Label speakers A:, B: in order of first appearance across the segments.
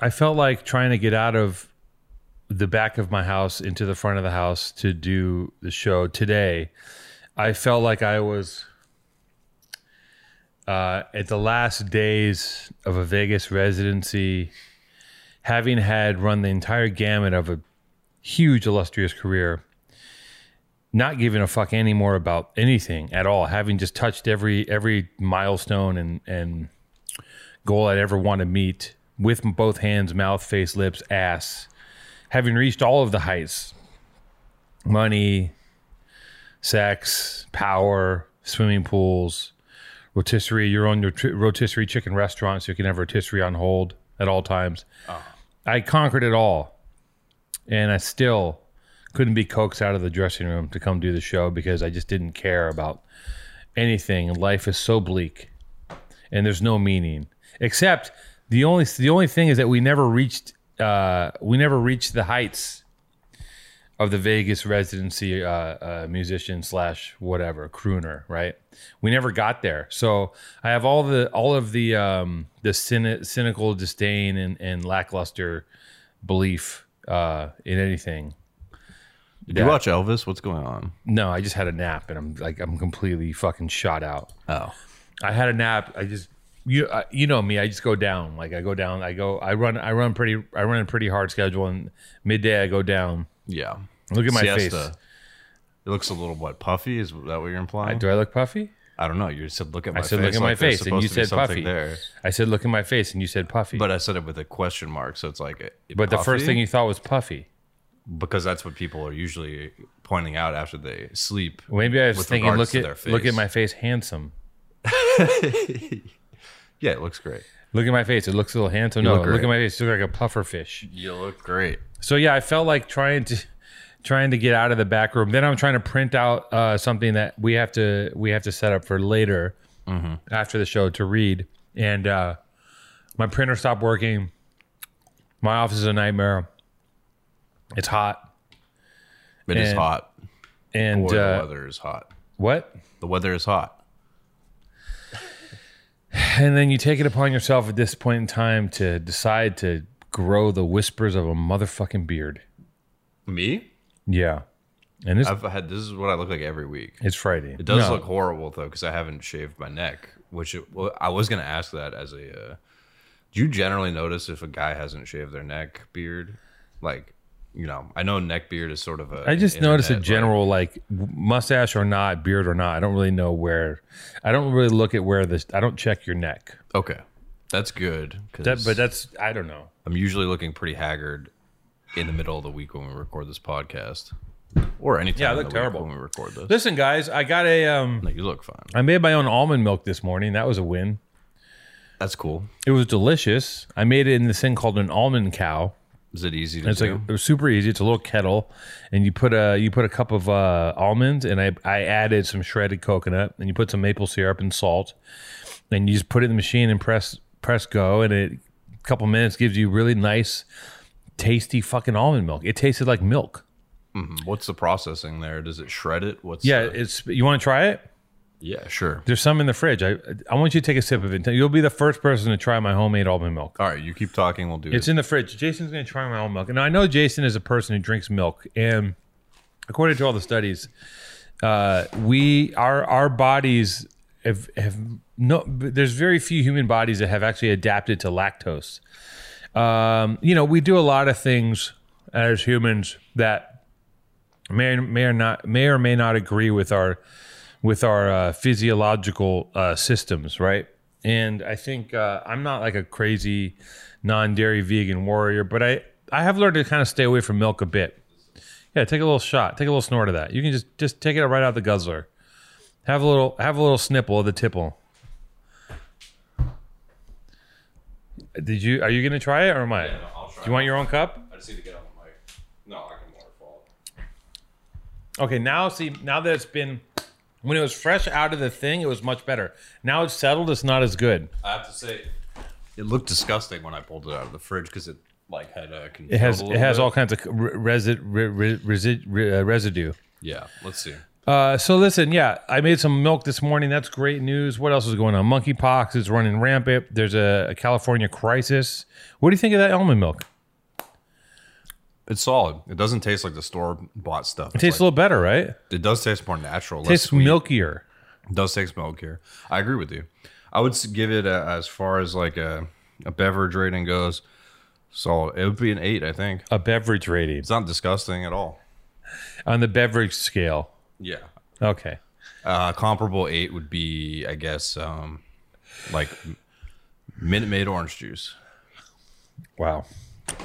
A: I felt like trying to get out of the back of my house into the front of the house to do the show today. I felt like I was uh, at the last days of a Vegas residency, having had run the entire gamut of a huge, illustrious career, not giving a fuck anymore about anything at all, having just touched every every milestone and and goal I'd ever want to meet with both hands, mouth, face, lips, ass, having reached all of the heights, money, sex, power, swimming pools, rotisserie, your own roti- rotisserie chicken restaurant, so you can have rotisserie on hold at all times. I conquered it all, and I still couldn't be coaxed out of the dressing room to come do the show because I just didn't care about anything. Life is so bleak, and there's no meaning except the only the only thing is that we never reached uh, we never reached the heights of the Vegas residency uh, uh, musician slash whatever crooner, right? We never got there. So I have all the all of the um, the cyni- cynical disdain and, and lackluster belief uh, in anything.
B: Did
A: Yeah.
B: you watch Elvis? What's going on?
A: No, I just had a nap and I'm like I'm completely fucking shot out.
B: Oh,
A: I had a nap. I just you I, you know me. I just go down. Like I go down. I go. I run. I run pretty. I run a pretty hard schedule. And midday I go down.
B: yeah.
A: Look at my
B: Siesta.
A: face.
B: It looks a little what puffy? Is that what you're implying?
A: I,
B: I,
A: do I look puffy?
B: don't know. You said look at my.
A: I said,
B: face
A: look at
B: like
A: my
B: there's
A: face, and you
B: supposed to be
A: said
B: something
A: puffy.
B: There,
A: I said, look at my face, and you said puffy.
B: but I said it with a question mark, so it's like. it-
A: but the first
B: puffy?
A: thing you thought was puffy.
B: because that's what people are usually pointing out after they sleep.
A: Maybe I was
B: With
A: thinking,
B: regards
A: look
B: to their
A: at
B: face.
A: look at my face, handsome.
B: Yeah, it looks great.
A: Look at my face. It looks a little handsome. no,
B: look
A: look
B: great.
A: at my face. You look like a puffer fish.
B: You look great.
A: So yeah, I felt like trying to trying to get out of the back room. Then I'm trying to print out uh, something that we have to we have to set up for later
B: Mm-hmm.
A: after the show to read. And uh, my printer stopped working. My office is a nightmare. It's hot
B: It is
A: And-
B: hot.
A: and
B: Boy, the
A: uh,
B: weather is hot.
A: what?
B: The weather is hot.
A: And then you take it upon yourself at this point in time to decide to grow the whispers of a motherfucking beard.
B: Me?
A: Yeah, and it's
B: I've had this is what I look like every week.
A: it's Friday.
B: It does look horrible though because I haven't shaved my neck, which it, well, I was going to ask that as a. Uh, do you generally notice if a guy hasn't shaved their neck beard? Like, you know, I know neck beard is sort of a.
A: I just noticed a
B: internet, like-
A: general like w- mustache or not, beard or not. I don't really know where. I don't really look at where this. I don't check your neck.
B: okay, that's good. 'cause
A: That, but that's I don't know.
B: I'm usually looking pretty haggard in the middle of the week when we record this podcast, or anytime.
A: Yeah, I
B: in
A: look
B: the week
A: terrible.
B: when we record this.
A: Listen, guys, I got a. Um,
B: No, you look fine.
A: I made my own almond milk this morning. That was a win.
B: That's cool.
A: It was delicious. I made it in this thing called an almond cow.
B: Is it easy to
A: It's
B: do?
A: like it was super easy. It's a little kettle, and you put a you put a cup of uh, almonds, and I I added some shredded coconut, and you put some maple syrup and salt, and you just put it in the machine and press press go, and it a couple minutes gives you really nice, tasty fucking almond milk. It tasted like milk.
B: What's the processing there? Does it shred it? What's
A: Yeah,
B: the-
A: it's you want to try it.
B: yeah, sure.
A: There's some in the fridge. I I want you to take a sip of it. You'll be the first person to try my homemade almond milk.
B: All right, you keep talking. We'll do
A: It's
B: it.
A: in the fridge. Jason's going to try my own milk. And I know Jason is a person who drinks milk. And according to all the studies, uh, we our our bodies have, have no. There's very few human bodies that have actually adapted to lactose. Um, you know, we do a lot of things as humans that may may or not may or may not agree with our with our uh, physiological uh, systems, right? And I think uh, I'm not like a crazy non-dairy vegan warrior, but I I have learned to kind of stay away from milk a bit. Yeah, take a little shot, take a little snort of that. You can just just take it right out the guzzler. Have a little have a little snipple of the tipple. Did you are you gonna try it or am I?
B: I'll try.
A: Do you want your own cup?
B: I just need to get on the mic. No, I can waterfall.
A: Okay, now see, now that it's been, when it was fresh out of the thing, it was much better. Now it's settled, it's not as good.
B: I have to say, it looked disgusting when I pulled it out of the fridge because it like had a.
A: It has it has all kinds of re- resi- re- re- resi- re- uh, residue.
B: Yeah, let's see.
A: Uh, so listen, yeah, I made some milk this morning. That's great news. What else is going on? Monkeypox is running rampant. There's a, a California crisis. What do you think of that almond milk?
B: It's solid. It doesn't taste like the store bought stuff.
A: It tastes a little better, right?
B: it does taste more natural. less
A: Tastes
B: sweet.
A: milkier.
B: It does taste milk here. I agree with you. I would s- give it a, as far as like a, a beverage rating goes. Solid. It would be an eight, I think.
A: A beverage rating
B: It's not disgusting at all.
A: on the beverage scale.
B: Yeah.
A: Okay.
B: Uh, comparable eight would be, I guess, um, like M- Minute Maid orange juice.
A: Wow.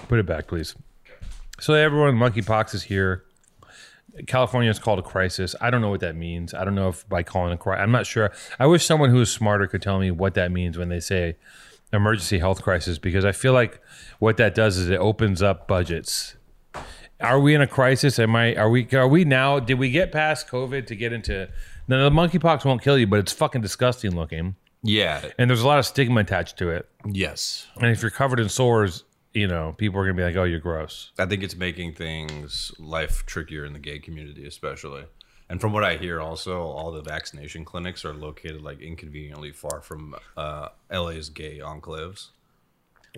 A: Put it back, please. So everyone, monkeypox is here. California is called a crisis. I don't know what that means. I don't know if by calling a crisis, I'm not sure. I wish someone who is smarter could tell me what that means when they say emergency health crisis, because I feel like what that does is it opens up budgets. Are we in a crisis? Am I? Are we? Are we now? Did we get past COVID to get into? No, the monkeypox won't kill you, but it's fucking disgusting looking,
B: Yeah.
A: and there's a lot of stigma attached to it.
B: Yes.
A: And if you're covered in sores, you know, people are going to be like, oh, you're gross.
B: I think it's making things life trickier in the gay community, especially. And from what I hear, also all the vaccination clinics are located like inconveniently far from uh, LA's gay enclaves.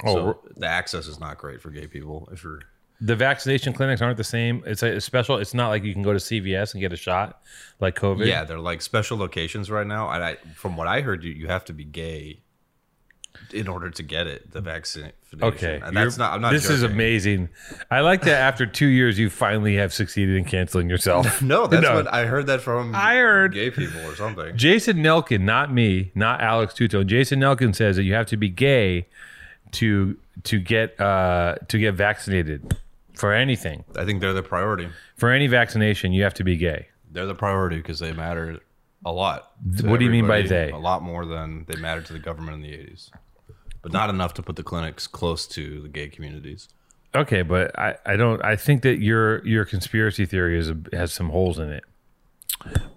A: Oh,
B: so the access is not great for gay people. If you're
A: the vaccination clinics aren't the same. It's a it's special. It's not like you can go to CVS and get a shot like COVID.
B: yeah, they're like special locations right now. And I, from what I heard, you you have to be gay in order to get it the vaccine.
A: Okay.
B: and that's
A: you're-
B: not. I'm not.
A: this is
B: joking.
A: amazing. I like that after two years, you finally have succeeded in canceling yourself.
B: No, that's
A: No.
B: what I heard that from
A: I heard-
B: gay people or something.
A: Jason Nelkin, not me, not Alex Tuto. Jason Nelkin says that you have to be gay to to get uh, to get vaccinated for anything.
B: I think they're the priority.
A: For any vaccination, you have to be gay.
B: They're the priority because they matter a lot. to
A: What do you mean by
B: everybody,
A: they?
B: A lot more than they mattered to the government in the 80s, but not enough to put the clinics close to the gay communities.
A: Okay, but I, I don't I think that your your conspiracy theory is has some holes in it.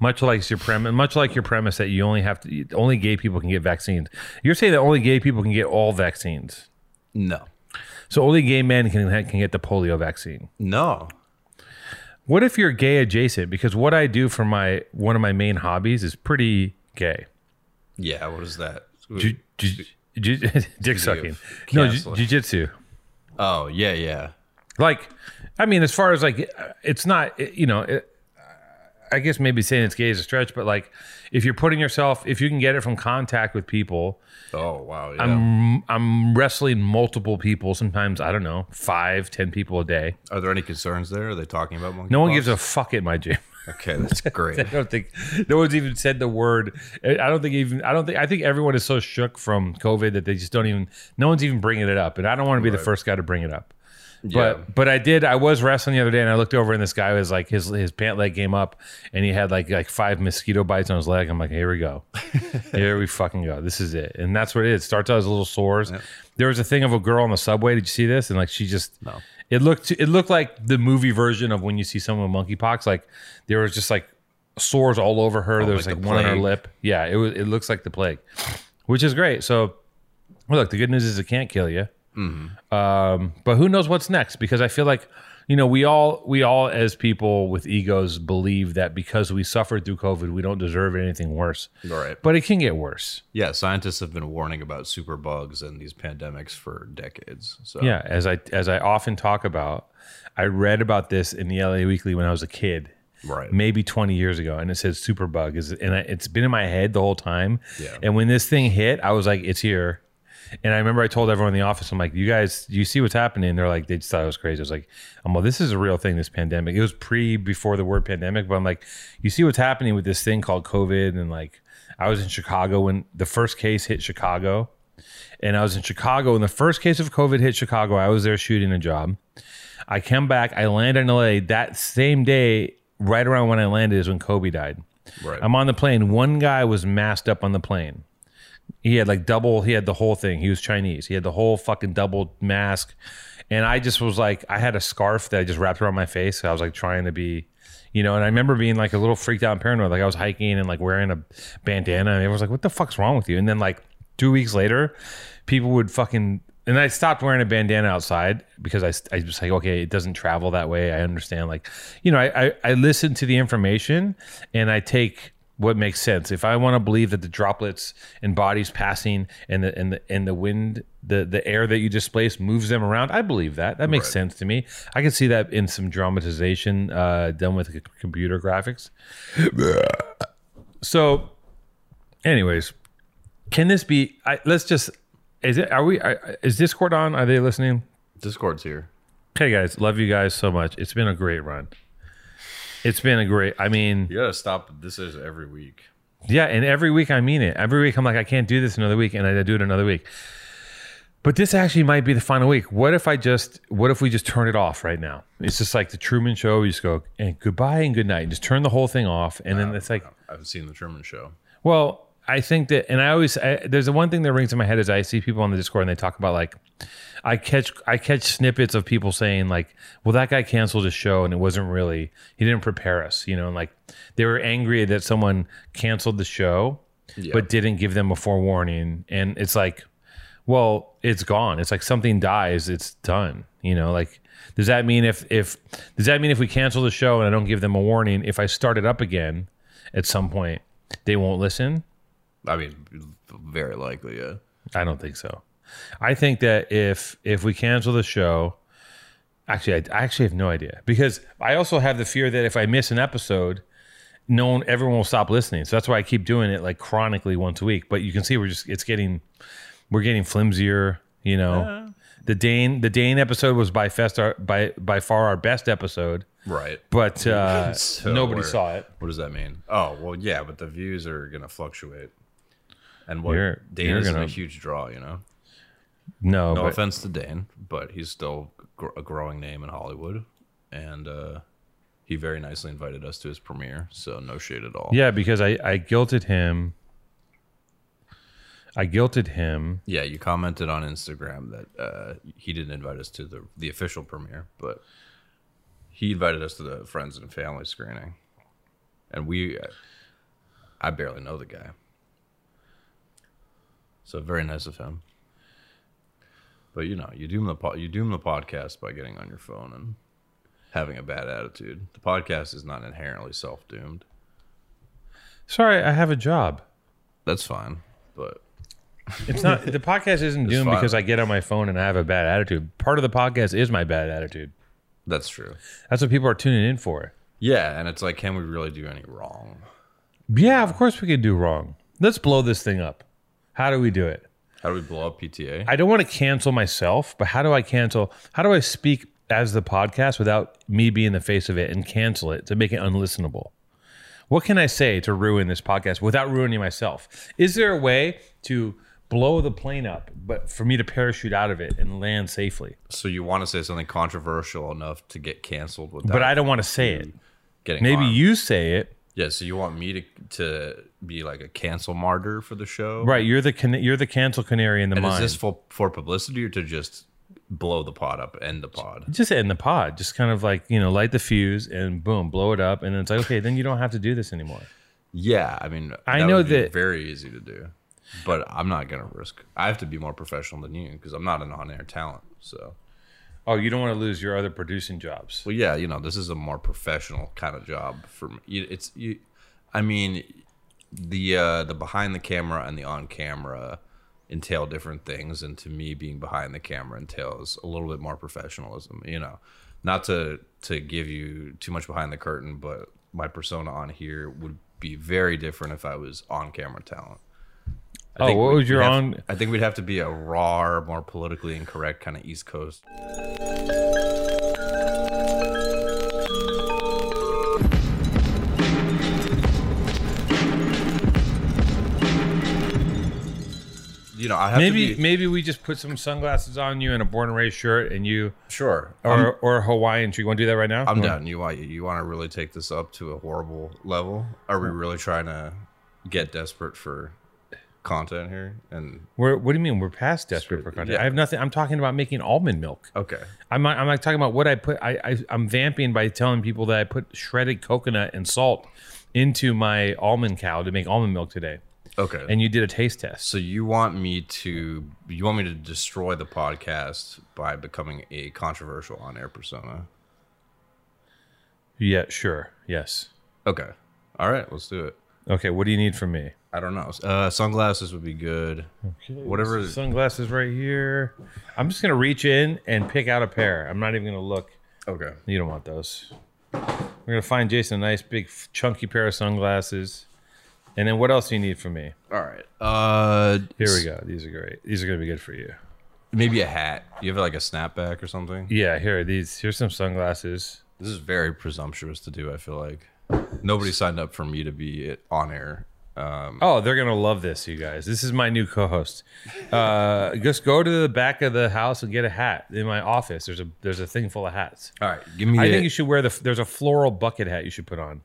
A: Much like your premise, much like your premise that you only have to only gay people can get vaccines. You're saying that only gay people can get all vaccines.
B: No,
A: So only gay men can can get the polio vaccine.
B: no.
A: What if you're gay adjacent? Because what I do for my one of my main hobbies is pretty gay.
B: Yeah, what is that?
A: Ju- ju- ju- dick sucking. No, ju-
B: Canceling.
A: jujitsu.
B: oh yeah, yeah.
A: like i mean as far as like it's not you know it, i guess maybe saying it's gay is a stretch but like if you're putting yourself if you can get it from contact with people
B: Oh wow, yeah.
A: i'm i'm wrestling multiple people sometimes i don't know five ten people a day
B: Are there any concerns there? Are they talking about monkey?
A: no one gives a fuck at my gym
B: Okay, that's great.
A: I don't think no one's even said the word. I don't think even I don't think I think everyone is so shook from COVID that they just don't even. No one's even bringing it up, and I don't want to be the first guy to bring it up.
B: Yeah.
A: But but I did. I was wrestling the other day, and I looked over, and this guy was like his his pant leg came up, and he had like like five mosquito bites on his leg. I'm like, here we go, here we fucking go. This is it, and that's what it is. Starts out as little sores. There was a thing of a girl on the subway. Did you see this? And like she just.
B: No.
A: It looked it looked like the movie version of when you see someone with monkeypox. Like there was just like sores all over her. there was
B: Oh, like
A: like,
B: the
A: one on her
B: plague.
A: lip. Yeah, it was. It looks like the plague, which is great. So, well, look, the good news is it can't kill you.
B: Mm-hmm.
A: Um, but who knows what's next? Because I feel like you know we all we all as people with egos believe that because we suffered through COVID, we don't deserve anything worse.
B: All right.
A: But it can get worse.
B: Yeah, scientists have been warning about superbugs and these pandemics for decades. So
A: Yeah, as I as I often talk about, I read about this in the LA Weekly when I was a kid.
B: right.
A: maybe 20 years ago and it says superbug is and I, it's been in my head the whole time
B: Yeah.
A: and when this thing hit i was like it's here and i remember i told everyone in the office i'm like you guys you see what's happening they're like they just thought it was crazy i was like i'm well this is a real thing this pandemic it was pre before the word pandemic but i'm like you see what's happening with this thing called covid and like i was in chicago when the first case hit chicago and i was in chicago when the first case of covid hit chicago i was there shooting a job I come back, I land in LA that same day, right around when I landed, is when Kobe died.
B: Right.
A: I'm on the plane. One guy was masked up on the plane. He had like double, he had the whole thing. He was Chinese. He had the whole fucking double mask. And I just was like, I had a scarf that I just wrapped around my face. I was like trying to be, you know, and I remember being like a little freaked out and paranoid. Like I was hiking and like wearing a bandana. And everyone was like, what the fuck's wrong with you? And then like two weeks later, people would fucking and I stopped wearing a bandana outside because I, I was like, okay, it doesn't travel that way. I understand. Like, you know, I, I, I listen to the information and I take what makes sense. If I want to believe that the droplets and bodies passing and the, and the, and the wind, the, the air that you displace moves them around, I believe that. That makes
B: Right.
A: sense to me. I can see that in some dramatization uh, done with c- computer graphics. so, anyways, can this be? I, let's just. Is it? Are we? Are, is Discord on? Are they listening?
B: Discord's here.
A: Okay, guys, love you guys so much. It's been a great run. It's been a great. I mean,
B: You gotta stop. This is every week.
A: yeah, and every week I mean it. Every week I'm like, I can't do this another week, and I do it another week. But this actually might be the final week. What if I just? What if we just turn it off right now? It's just like the Truman Show. You just go and goodbye and good night, and just turn the whole thing off, and then it's like
B: I've seen the Truman Show.
A: Well, I think that, and I always I, there's the one thing that rings in my head is I see people on the Discord and they talk about like I catch I catch snippets of people saying like, well, that guy canceled his show and it wasn't really he didn't prepare us, you know, and like they were angry that someone canceled the show
B: Yeah.
A: but didn't give them a forewarning, and it's like, well, it's gone. It's like something dies, it's done, you know, like. Does that mean if if does that mean if we cancel the show and I don't give them a warning, if I start it up again at some point, they won't listen?
B: I mean, very likely. Yeah.
A: I don't think so. I think that if if we cancel the show, actually, I, I actually have no idea because I also have the fear that if I miss an episode, no one, everyone will stop listening. So that's why I keep doing it like chronically once a week. But you can see we're just it's getting we're getting flimsier. You know, the Dane the Dane episode was by fest our, by by far our best episode,
B: Right.
A: but uh,
B: So
A: nobody
B: we're-
A: saw it.
B: What does that mean? Oh well, yeah, but the views are gonna fluctuate. And what
A: You're-
B: Dane
A: you're
B: is
A: gonna-
B: a huge draw, you know.
A: No,
B: No
A: but-
B: offense to Dane, but he's still gr- a growing name in Hollywood, and uh, he very nicely invited us to his premiere. So no shade at all.
A: yeah, because I I guilted him. I guilted him
B: Yeah, you commented on Instagram that uh, he didn't invite us to the the official premiere, but he invited us to the friends and family screening, and we, I barely know the guy, so very nice of him. But you know, you doom the po- you doom the podcast by getting on your phone and having a bad attitude. The podcast is not inherently self doomed.
A: Sorry, I have a job.
B: That's fine, but
A: It's not the podcast isn't doomed
B: fine.
A: because I get on my phone and I have a bad attitude. Part of the podcast is my bad attitude.
B: that's true.
A: That's what people are tuning in for.
B: Yeah, and it's like, can we really do any wrong?
A: Yeah, of course we could do wrong. Let's blow this thing up. How do we do it?
B: How do we blow up PTA?
A: I don't want to cancel myself, but how do I cancel? How do I speak as the podcast without me being the face of it and cancel it to make it unlistenable? What can I say to ruin this podcast without ruining myself? Is there a way to blow the plane up, but for me to parachute out of it and land safely?
B: So you want to say something controversial enough to get canceled without
A: but I don't want to say it.
B: getting
A: Maybe
B: harmed.
A: you say it.
B: yeah. So you want me to to be like a cancel martyr for the show,
A: Right, you're the can- you're the cancel canary in the
B: And
A: mine.
B: is this for for publicity or to just blow the pod up, end the pod?
A: just end the pod. Just kind of like you know, light the fuse and boom, blow it up, and then it's like okay, then you don't have to do this anymore.
B: Yeah, I mean,
A: I know
B: would be
A: that-
B: very easy to do, but I'm not gonna risk. I have to be more professional than you because I'm not an on air talent. So,
A: Oh, you don't want to lose your other producing jobs.
B: well, yeah, you know, this is a more professional kind of job for me. You- It's you, I mean, the uh, the behind the camera and the on camera entail different things, and to me, being behind the camera entails a little bit more professionalism. You know, not to to give you too much behind the curtain, but my persona on here would be very different if I was on camera talent. I
A: Oh,
B: think
A: what
B: we-
A: was your
B: we'd have-
A: on-
B: I think we'd have to be a raw, more politically incorrect kind of East Coast. You know, I have
A: Maybe
B: to be
A: maybe we just put some sunglasses on you and a born and raised shirt, and you
B: sure.
A: or or a Hawaiian. shirt. You want to do that right now?
B: I'm done. You want you want to really take this up to a horrible level? Are we really trying to get desperate for content here? And
A: We're, what do you mean? We're past desperate for content.
B: yeah.
A: I have nothing. I'm talking about making almond milk.
B: okay,
A: I'm not, I'm not talking about what I put. I, I I'm vamping by telling people that I put shredded coconut and salt into my almond cow to make almond milk today.
B: Okay.
A: and you did a taste test.
B: so you want me to you want me to destroy the podcast by becoming a controversial on-air persona?
A: Yeah, sure. Yes.
B: Okay. All right, let's do it.
A: Okay, what do you need from me?
B: I don't know. Uh, sunglasses would be good. Whatever.
A: Sunglasses right here. I'm just going to reach in and pick out a pair. I'm not even going to look.
B: Okay.
A: You don't want those. We're going to find Jason a nice big f- chunky pair of sunglasses. And then what else do you need from me?
B: All right. Uh,
A: Here we go. These are great. These are going to be good for you.
B: Maybe a hat. You have like a snapback or something.
A: Yeah, here are these. Here's some sunglasses.
B: This is very presumptuous to do. I feel like nobody signed up for me to be it on air. Um,
A: Oh, they're gonna love this, you guys. This is my new co-host. Uh, just go to the back of the house and get a hat. In my office, there's a there's a thing full of hats.
B: all right, give me.
A: I
B: a-
A: think you should wear the there's a floral bucket hat you should put on.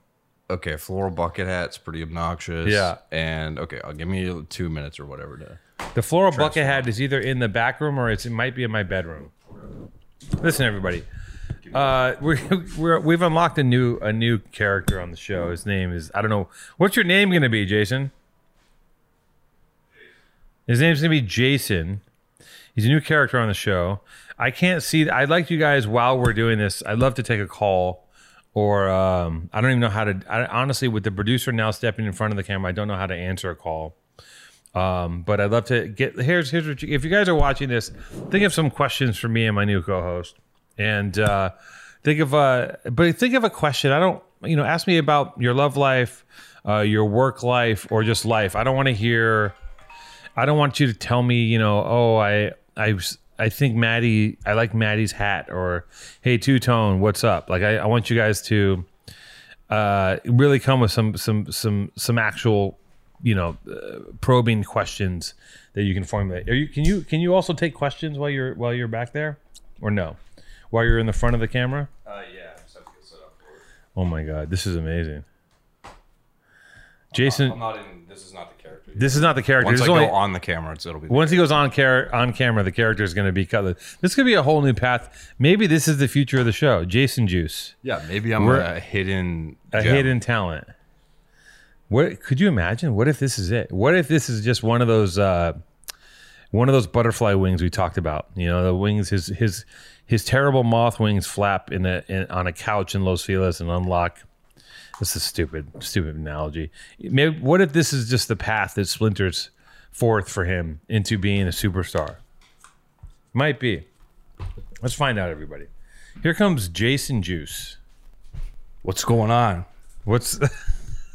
B: okay, floral bucket hat's pretty obnoxious.
A: Yeah.
B: and okay, I'll give me two minutes or whatever to.
A: The floral bucket hat is either in the back room or it's, it might be in my bedroom. Listen, everybody, uh, we're, we're, we've unlocked a new a new character on the show. His name is I don't know what's your name going to be, Jason. His name's going to be Jason. He's a new character on the show. I can't see. I'd like you guys while we're doing this. I'd love to take a call, or um, I don't even know how to. I, honestly, with the producer now stepping in front of the camera, I don't know how to answer a call. Um, but I'd love to get here's here's what you, if you guys are watching this, think of some questions for me and my new co-host, and uh, think of uh, but think of a question. I don't you know ask me about your love life, uh, your work life, or just life. I don't want to hear. I don't want you to tell me you know oh I I was- I think Maddie I like Maddie's hat or hey two tone what's up like I, I want you guys to uh, really come with some some some some actual you know uh, probing questions that you can formulate. Are you can you can you also take questions while you're while you're back there, or no, while you're in the front of the camera?
B: Uh, yeah, I just have to get set up for it.
A: Oh my god, this is amazing. Jason,
B: not in. This is not the character.
A: this is not the character.
B: Once
A: This
B: I
A: is only-
B: go on the camera, it's, it'll be.
A: once he goes on car- on camera, the character is going to be cut. This could be a whole new path. Maybe this is the future of the show. Jason Juice,
B: yeah, maybe I'm
A: We're-
B: a hidden.
A: a
B: gem.
A: hidden talent. What could you imagine? What if this is it? What if this is just one of those uh, one of those butterfly wings we talked about? You know, the wings his his his terrible moth wings flap in a in, on a couch in Los Feliz and unlock. This is stupid, stupid analogy. Maybe what if this is just the path that splinters forth for him into being a superstar? Might be. Let's find out, everybody. Here comes Jason Juice.
B: What's going on?
A: What's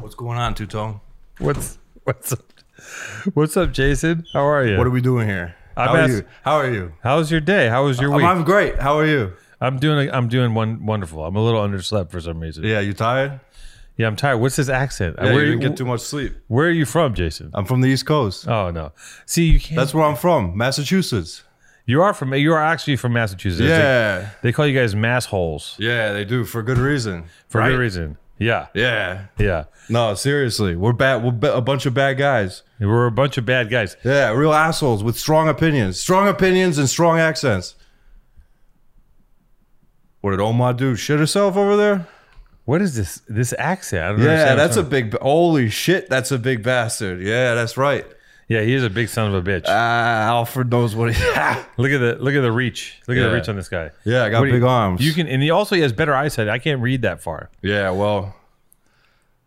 B: What's going on, Tutong?
A: What's what's up? What's up, Jason? How are you?
B: What are we doing here?
A: I'm
B: How are
A: ask-
B: you? How are you?
A: How's your day? How was your week? I'm,
B: I'm great. How are you?
A: doing. I'm doing one wonderful. I'm a little underslept for some reason. Yeah,
B: Yeah, you tired?
A: I'm tired. What's this accent? where,
B: Yeah, you
A: are
B: didn't
A: you,
B: get too much sleep.
A: where are you from, Jason?
B: I'm from the East Coast.
A: Oh no, see you can't.
B: That's where I'm from, Massachusetts.
A: you are from. You are actually from Massachusetts. They-
B: Yeah,
A: They, call you guys mass holes
B: yeah, they do for good reason.
A: for
B: Right?
A: good reason. Yeah,
B: Yeah.
A: yeah.
B: No, seriously, we're bad. We're ba- a bunch of bad guys.
A: We're a bunch of bad guys.
B: Yeah, real assholes with strong opinions, strong opinions, and strong accents. What did Omar do? Shit herself over there?
A: What is this? This accent? I don't
B: Yeah,
A: understand
B: that's a
A: what's
B: big. ba- Holy shit, that's a big bastard. Yeah, that's right.
A: on- Yeah, he is a big son of a bitch.
B: Ah, Alfred knows what he.
A: Look at the look at the reach. Look at the
B: Yeah.
A: reach on this guy.
B: yeah, I got
A: What do
B: big
A: you-
B: arms.
A: You can, and he also has better eyesight. I can't read that far.
B: yeah, well,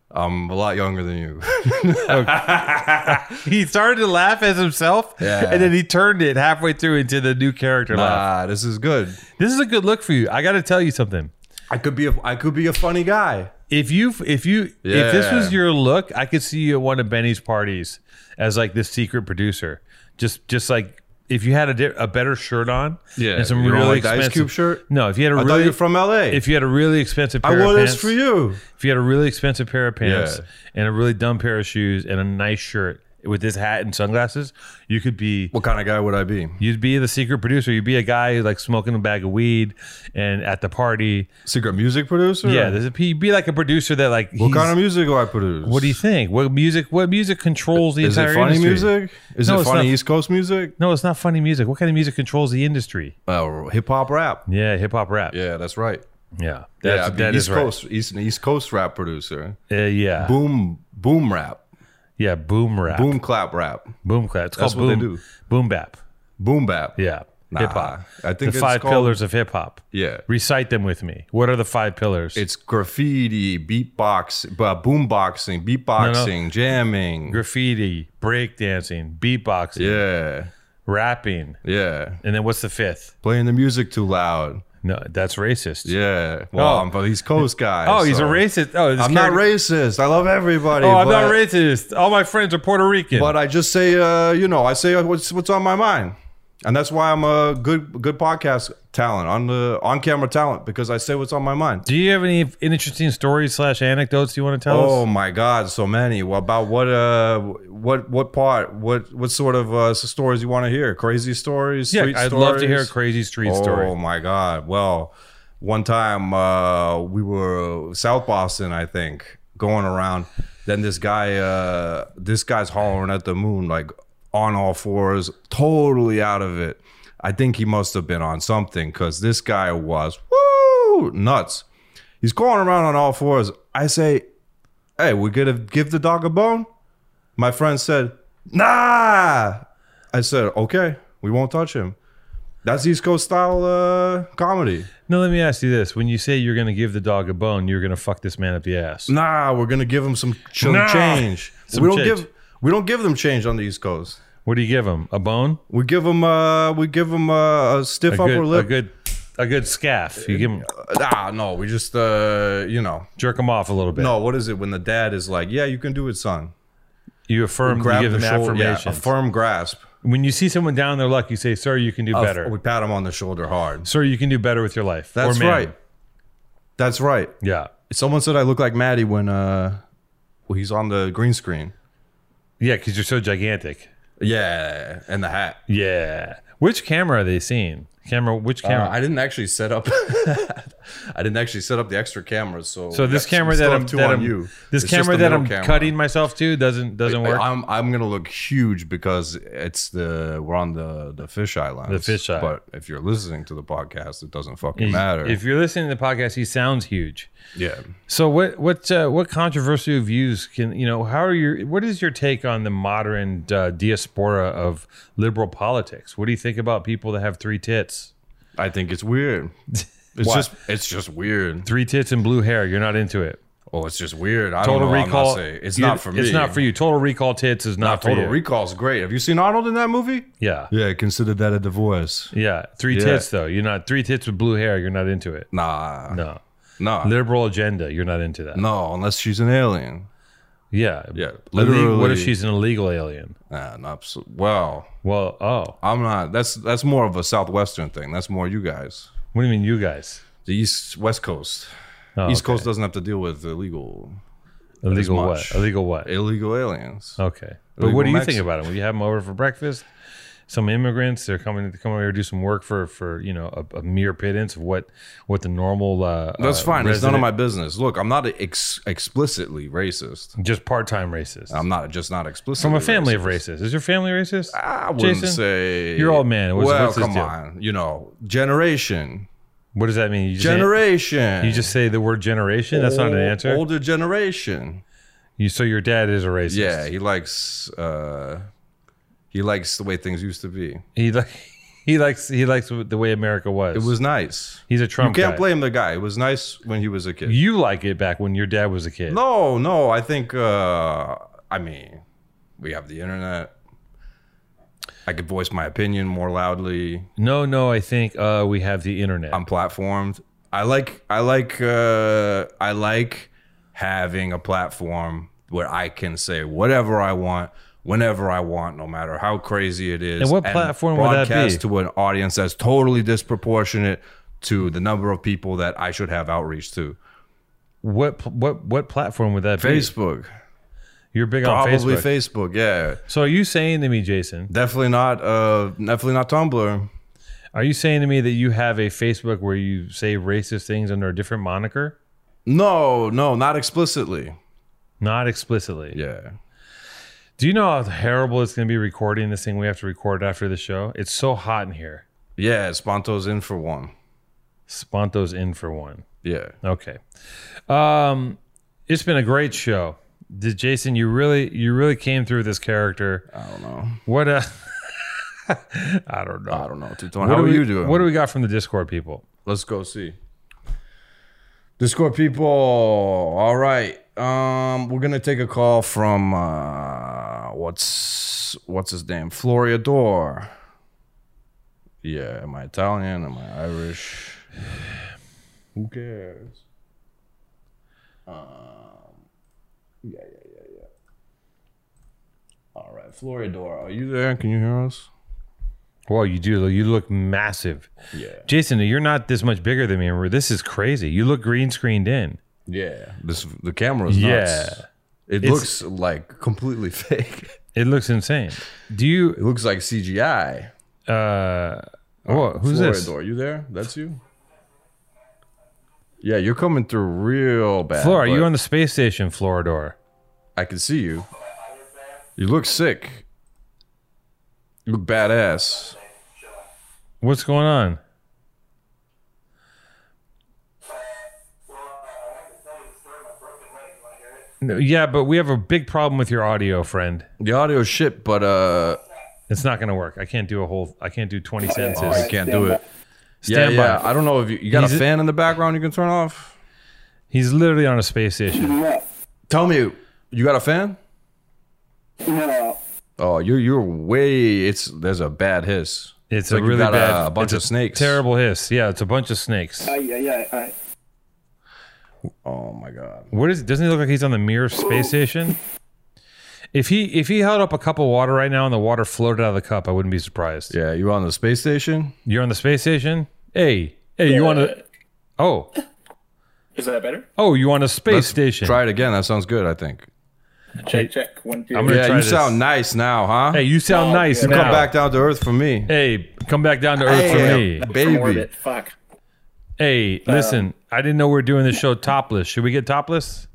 B: I'm a lot younger than you.
A: He started to laugh as himself,
B: Yeah.
A: and then he turned it halfway through into the new character laugh.
B: ah, this is good.
A: This is a good look for you. I got to tell you something.
B: I could be a I could be a funny guy.
A: If you, if you, if this
B: Yeah.
A: was your look, I could see you at one of Benny's parties as like this secret producer. Just, just like if you had a, di- a better shirt on,
B: Yeah,
A: and some
B: you don't
A: really
B: like the Ice
A: expensive
B: Cube shirt?
A: No, if you had a
B: I thought
A: really,
B: you were from LA.
A: if you had a really expensive,
B: I
A: pair
B: wore
A: of
B: this
A: pants-
B: for you.
A: If you had a really expensive pair of pants
B: Yeah.
A: and a really dumb pair of shoes and a nice shirt with this hat and sunglasses, you could be
B: What kind of guy would I be?
A: You'd be the secret producer. You'd be a guy who's like smoking a bag of weed and at the party.
B: Secret music producer?
A: Yeah, there's a, you'd be like a producer that like.
B: What kind of music do I produce?
A: What do you think? What music? What music controls the
B: Is
A: entire
B: it funny
A: industry?
B: music? Is
A: No,
B: it
A: it's
B: funny
A: not-
B: East Coast music?
A: No, it's not funny music. What kind of music controls the industry?
B: Uh, hip hop rap.
A: Yeah, hip hop rap. Yeah,
B: Yeah, that's right. yeah,
A: that's,
B: I'd be
A: that
B: East
A: is right.
B: Coast, East East Coast rap producer.
A: Uh, yeah,
B: Boom, boom rap.
A: Yeah, boom rap. Boom,
B: Boom clap rap.
A: boom clap. It's
B: That's
A: called
B: what
A: boom.
B: they do.
A: Boom bap.
B: Boom bap.
A: Yeah.
B: Nah,
A: hip hop.
B: I think
A: the
B: it's
A: five
B: called-
A: pillars of hip hop.
B: Yeah.
A: Recite them with me. What are the five pillars?
B: It's graffiti, beatbox, but boomboxing, beatboxing, jamming.
A: graffiti, breakdancing, beatboxing,
B: yeah.
A: rapping.
B: Yeah.
A: And then what's the fifth?
B: Playing the music too loud.
A: No, that's racist.
B: Yeah. Well,
A: Oh.
B: I'm from the East Coast guy.
A: Oh, he's a
B: so-
A: racist. Oh, this character-
B: I'm not racist. I love everybody.
A: Oh, I'm
B: but,
A: not racist. All my friends are Puerto Rican.
B: But I just say, uh, you know, I say what's what's on my mind, and that's why I'm a good good podcast talent on the on camera talent because I say what's on my mind.
A: Do you have any interesting stories slash anecdotes you want to tell
B: Oh
A: us?
B: my God, so many. Well, about what uh what what part what what sort of uh, stories you want to hear? Crazy stories?
A: Yeah,
B: sweet
A: I'd love to hear a
B: stories?
A: crazy street
B: oh,
A: story.
B: my God. Well, one time uh, we were South Boston, I think, going around. Then this guy, uh, this guy's hollering at the moon, like on all fours, totally out of it. I think he must have been on something because this guy was woo nuts. He's going around on all fours. I say, "Hey, we gonna give the dog a bone?" My friend said, "Nah." I said, "Okay, we won't touch him." That's East Coast style uh, comedy.
A: Now let me ask you this: When you say you're going to give the dog a bone, you're going to fuck this man up the ass.
B: Nah, we're gonna give them some, some
A: Nah.
B: change.
A: Some
B: we don't
A: change.
B: give we don't give them change on the East Coast.
A: What do you give him? A bone?
B: We give them uh, we give them uh, a stiff
A: A
B: upper
A: good, a
B: lip.
A: good, a good scaff. You give him,
B: Ah, no, we just uh, you know,
A: jerk him off a little bit.
B: no. What is it when the dad is like, "Yeah, you can do it, son."
A: you affirm. You
B: Grab
A: give
B: the
A: him
B: shoulder, yeah,
A: affirmation.
B: a firm grasp.
A: when you see someone down on their luck, you say, "Sir, you can do
B: A-
A: better.
B: We pat him on the shoulder hard.
A: Sir, you can do better with your life."
B: That's
A: or man.
B: right. That's right.
A: Yeah,
B: Someone said I look like Maddie when uh, well, he's on the green screen.
A: yeah, because you're so gigantic.
B: Yeah, and the hat.
A: Yeah. Which camera are they seeing? Camera? Which
B: Uh,
A: camera?
B: I didn't actually set up. I didn't actually set up the extra cameras. So
A: so
B: we
A: this
B: got-
A: camera
B: we still
A: that
B: have
A: I'm,
B: two
A: that
B: on
A: I'm
B: you.
A: this
B: It's just
A: camera
B: the
A: that
B: middle
A: I'm
B: camera.
A: cutting myself to doesn't doesn't work.
B: I'm I'm gonna look huge because it's the we're on the the fisheye lens.
A: The fisheye.
B: But if you're listening to the podcast, it doesn't fucking
A: He's-
B: matter.
A: If you're listening to the podcast, he sounds huge.
B: yeah.
A: So what what uh, what controversial views can you know? How are your what is your take on the modern uh, diaspora of liberal politics? What do you think about people that have three tits,
B: I think it's weird. It's
A: Why?
B: just it's just weird.
A: three tits and blue hair? You're not into it.
B: Oh, it's just weird. I
A: Total
B: don't know. I'm
A: Recall.
B: not saying- it's
A: you-
B: not for me.
A: It's not for you. Total Recall tits is not, for
B: Total
A: you.
B: Recall's great. Have you seen Arnold in that movie?
A: yeah.
B: Yeah, consider that a divorce.
A: Yeah, three
B: Yeah.
A: tits though. You're not three tits with blue hair. You're not into it.
B: Nah,
A: No,
B: nah,
A: liberal agenda. You're not into that.
B: no. Unless she's an alien.
A: Yeah,
B: Yeah,
A: Ille- What if
B: literally.
A: she's an illegal alien?
B: Nah, not so, well.
A: Well, oh,
B: I'm not. That's that's more of a southwestern thing. That's more you guys.
A: what do you mean, you guys?
B: The east west coast.
A: Oh,
B: east
A: okay.
B: Coast doesn't have to deal with illegal
A: Illegal
B: much.
A: what? Illegal what?
B: illegal aliens.
A: Okay, but what do
B: Illegal
A: you
B: Mex-
A: think about it? Will you have them over for breakfast? Some immigrants they're coming to come over here to do some work for for you know a, a mere pittance of what what the normal. Uh,
B: That's
A: uh,
B: fine. It's none
A: resident-
B: of my business. Look, I'm not ex- explicitly racist.
A: just part time racist.
B: I'm not just not explicitly.
A: From a family
B: racist.
A: of racists. Is your family racist?
B: I wouldn't
A: Jason,
B: say
A: you're old man. What's-
B: well,
A: what's this
B: come
A: deal?
B: on. You know, generation,
A: What does that mean? You just ain't-
B: generation.
A: You just say the word generation. That's not an
B: Old-
A: answer.
B: Older generation.
A: You so your dad is a racist.
B: Yeah, he likes. uh He likes the way things used to be.
A: he like he likes he likes the way America was.
B: It was nice.
A: He's a Trump
B: Can't
A: guy.
B: blame the guy. It was nice when he was a kid.
A: You like it back when your dad was a kid.
B: No, no. I think. uh I mean, we have the internet. I could voice my opinion more loudly.
A: no, no. I think uh, we have the internet.
B: I'm platformed. I like. I like. uh I like having a platform where I can say whatever I want. Whenever I want, no matter how crazy it is,
A: And what platform would that be?
B: broadcast to an audience that's totally disproportionate to the number of people that I should have outreach to.
A: what pl- what what platform would that
B: Facebook.
A: be? You're big on
B: Probably
A: Facebook.
B: Facebook. yeah.
A: so are you saying to me, Jason?
B: Definitely not uh definitely not Tumblr.
A: Are you saying to me that you have a Facebook where you say racist things under a different moniker?
B: No, no, not explicitly.
A: Not explicitly.
B: Yeah.
A: Do you know how terrible it's going to be recording this thing we have to record after the show? It's so hot in here.
B: Yeah, Sponto's in for one.
A: Sponto's in for one.
B: Yeah.
A: Okay. Um, it's been a great show. Did Jason, you really, you really came through this character.
B: I don't know.
A: What a, I don't know.
B: I don't know. 220.
A: What
B: How
A: do
B: are
A: we,
B: you doing?
A: What do we got from the Discord people?
B: Let's go see. Discord people. All right. Um, we're gonna take a call from uh, what's what's his name? Floriador. Yeah, am I Italian? Am I Irish? Who cares? Um, yeah, yeah, yeah, yeah. All right, Floriador, are you there? Can you hear us?
A: Well, you do. You look massive.
B: Yeah,
A: Jason, you're not this much bigger than me. This is crazy. You look green screened in.
B: yeah. This the camera's nuts.
A: Yeah.
B: It
A: It's-
B: looks like completely fake.
A: It looks insane. Do you?
B: It looks like CGI.
A: Uh, oh, who's this?
B: Floridor, you there? That's you? Yeah, you're coming through real bad.
A: Flora,
B: but
A: you on the space station, Floridor?
B: I can see you. You look sick. You look badass.
A: What's going on? No, yeah, but we have a big problem with your audio, friend.
B: The audio shit, but uh,
A: It's not going to work. I can't do a whole. I can't do twenty sentences.
B: Oh, I can't do it. Yeah,
A: Stand by.
B: yeah. I don't know if you, you got
A: He's-
B: a fan in the background you can turn off.
A: He's literally on a space station.
B: Tell me, you got a fan?
C: No.
B: Oh, you're you're way. It's there's a bad hiss.
A: It's
B: like
A: a
B: you
A: really
B: got a-
A: bad.
B: a bunch
A: it's
B: of snakes.
A: Terrible hiss. Yeah, it's a bunch of snakes.
C: Uh, yeah, yeah, I,
B: Oh my god.
A: What is? Doesn't he look like he's on the Mir space station? If he if he held up a cup of water right now and the water floated out of the cup, I wouldn't be surprised.
B: Yeah, you on the space station?
A: You're on the space station. Hey, hey, you on a oh
C: Is that better?
A: oh you on a space station?
B: Try it again. That sounds good. check.
C: Check, check. One, two.
A: I'm gonna
B: Yeah,
A: try
B: you
A: this.
B: sound nice now, huh?
A: hey, you sound
C: Oh,
A: nice.
C: yeah.
A: now.
B: come back down to earth for me.
A: Hey, come back down to earth for
B: Hey,
A: me.
C: From
B: baby.
C: orbit. Fuck.
A: Hey, listen, I didn't know we were doing this show topless. Should we get topless,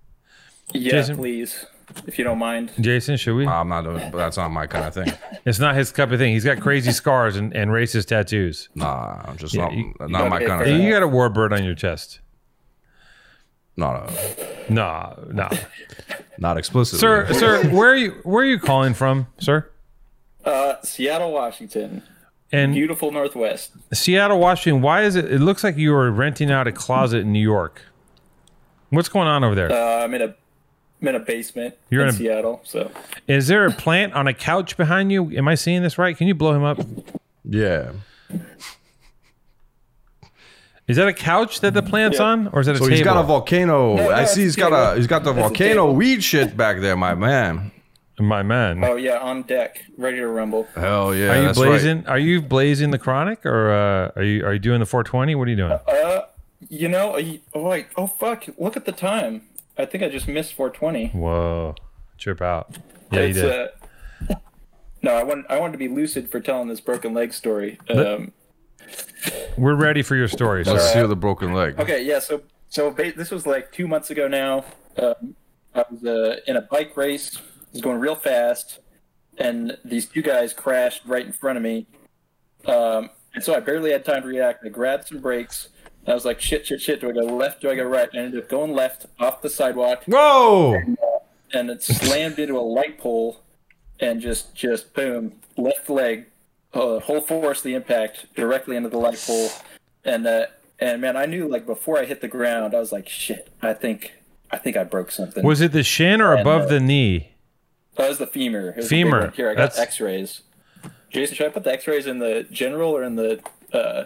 C: Yeah,
A: Jason-
C: please, if you don't mind.
A: Jason? Should we?
B: I'm not. doing- That's not my kind of thing.
A: It's not his cup of thing. He's got crazy scars and, and racist tattoos.
B: Nah, I'm just not.
A: you-
B: not my
C: gotta
B: kind of
C: pay
A: Hey,
B: thing.
A: You got a warbird on your chest.
B: Not
A: Nah, nah.
B: not explicit.
A: sir, sir, where are you? Where are you calling from, sir?
C: Uh, Seattle, Washington,
A: And
C: beautiful Northwest.
A: Seattle, Washington. Why is it? It looks like you are renting out a closet in New York. What's going on over there? Is
C: Uh, I'm in a, I'm in a basement
A: You're
C: in,
A: in a-
C: Seattle. So
A: there a plant on a couch behind you? Am I seeing this right? Can you blow him up?
B: Yeah.
A: Is that a couch that the plant's on, or is that a
B: So
A: table?
B: Oh, he's got a volcano.
C: no,
B: I
C: it's
B: see. He's got
C: table.
B: a. He's got the
C: It's a
B: volcano
C: table.
B: weed shit back there, my man.
A: My man,
C: oh yeah, on deck, ready to rumble.
B: Hell Uh, yeah.
A: are you
B: that's right.
A: blazing? Are you blazing the chronic, or uh, are you are you doing the 420? What are you doing?
C: You know, are you- oh wait, oh fuck, look at the time. I think I just missed 420.
A: Whoa, trip out. Yeah, you
C: It's,
A: did.
C: uh, no, I want I wanted to be lucid for telling this broken leg story. Um,
A: We're ready for your story, sir.
B: Let's hear the broken leg.
C: Okay, yeah. So, so ba- this was like two months ago now. Um, I was uh, in a bike race. I was going real fast, and these two guys crashed right in front of me. Um, and so I barely had time to react. I grabbed some brakes. And I was like, shit, shit, shit. Do I go left? Do I go right? And I ended up going left off the sidewalk,
B: Whoa!
C: and it slammed into a light pole, and just, just boom, left leg, uh, whole force of the impact directly into the light pole and uh, and man, I knew like before I hit the ground, I was like, shit, I think I think I broke something.
A: Was it the shin or above
C: uh,
A: the knee?
C: that was the femur? It was the big
A: Femur.
C: one. Here, I got
A: That's-
C: X-rays. Jason, should I put the X-rays in the general or in the? Uh,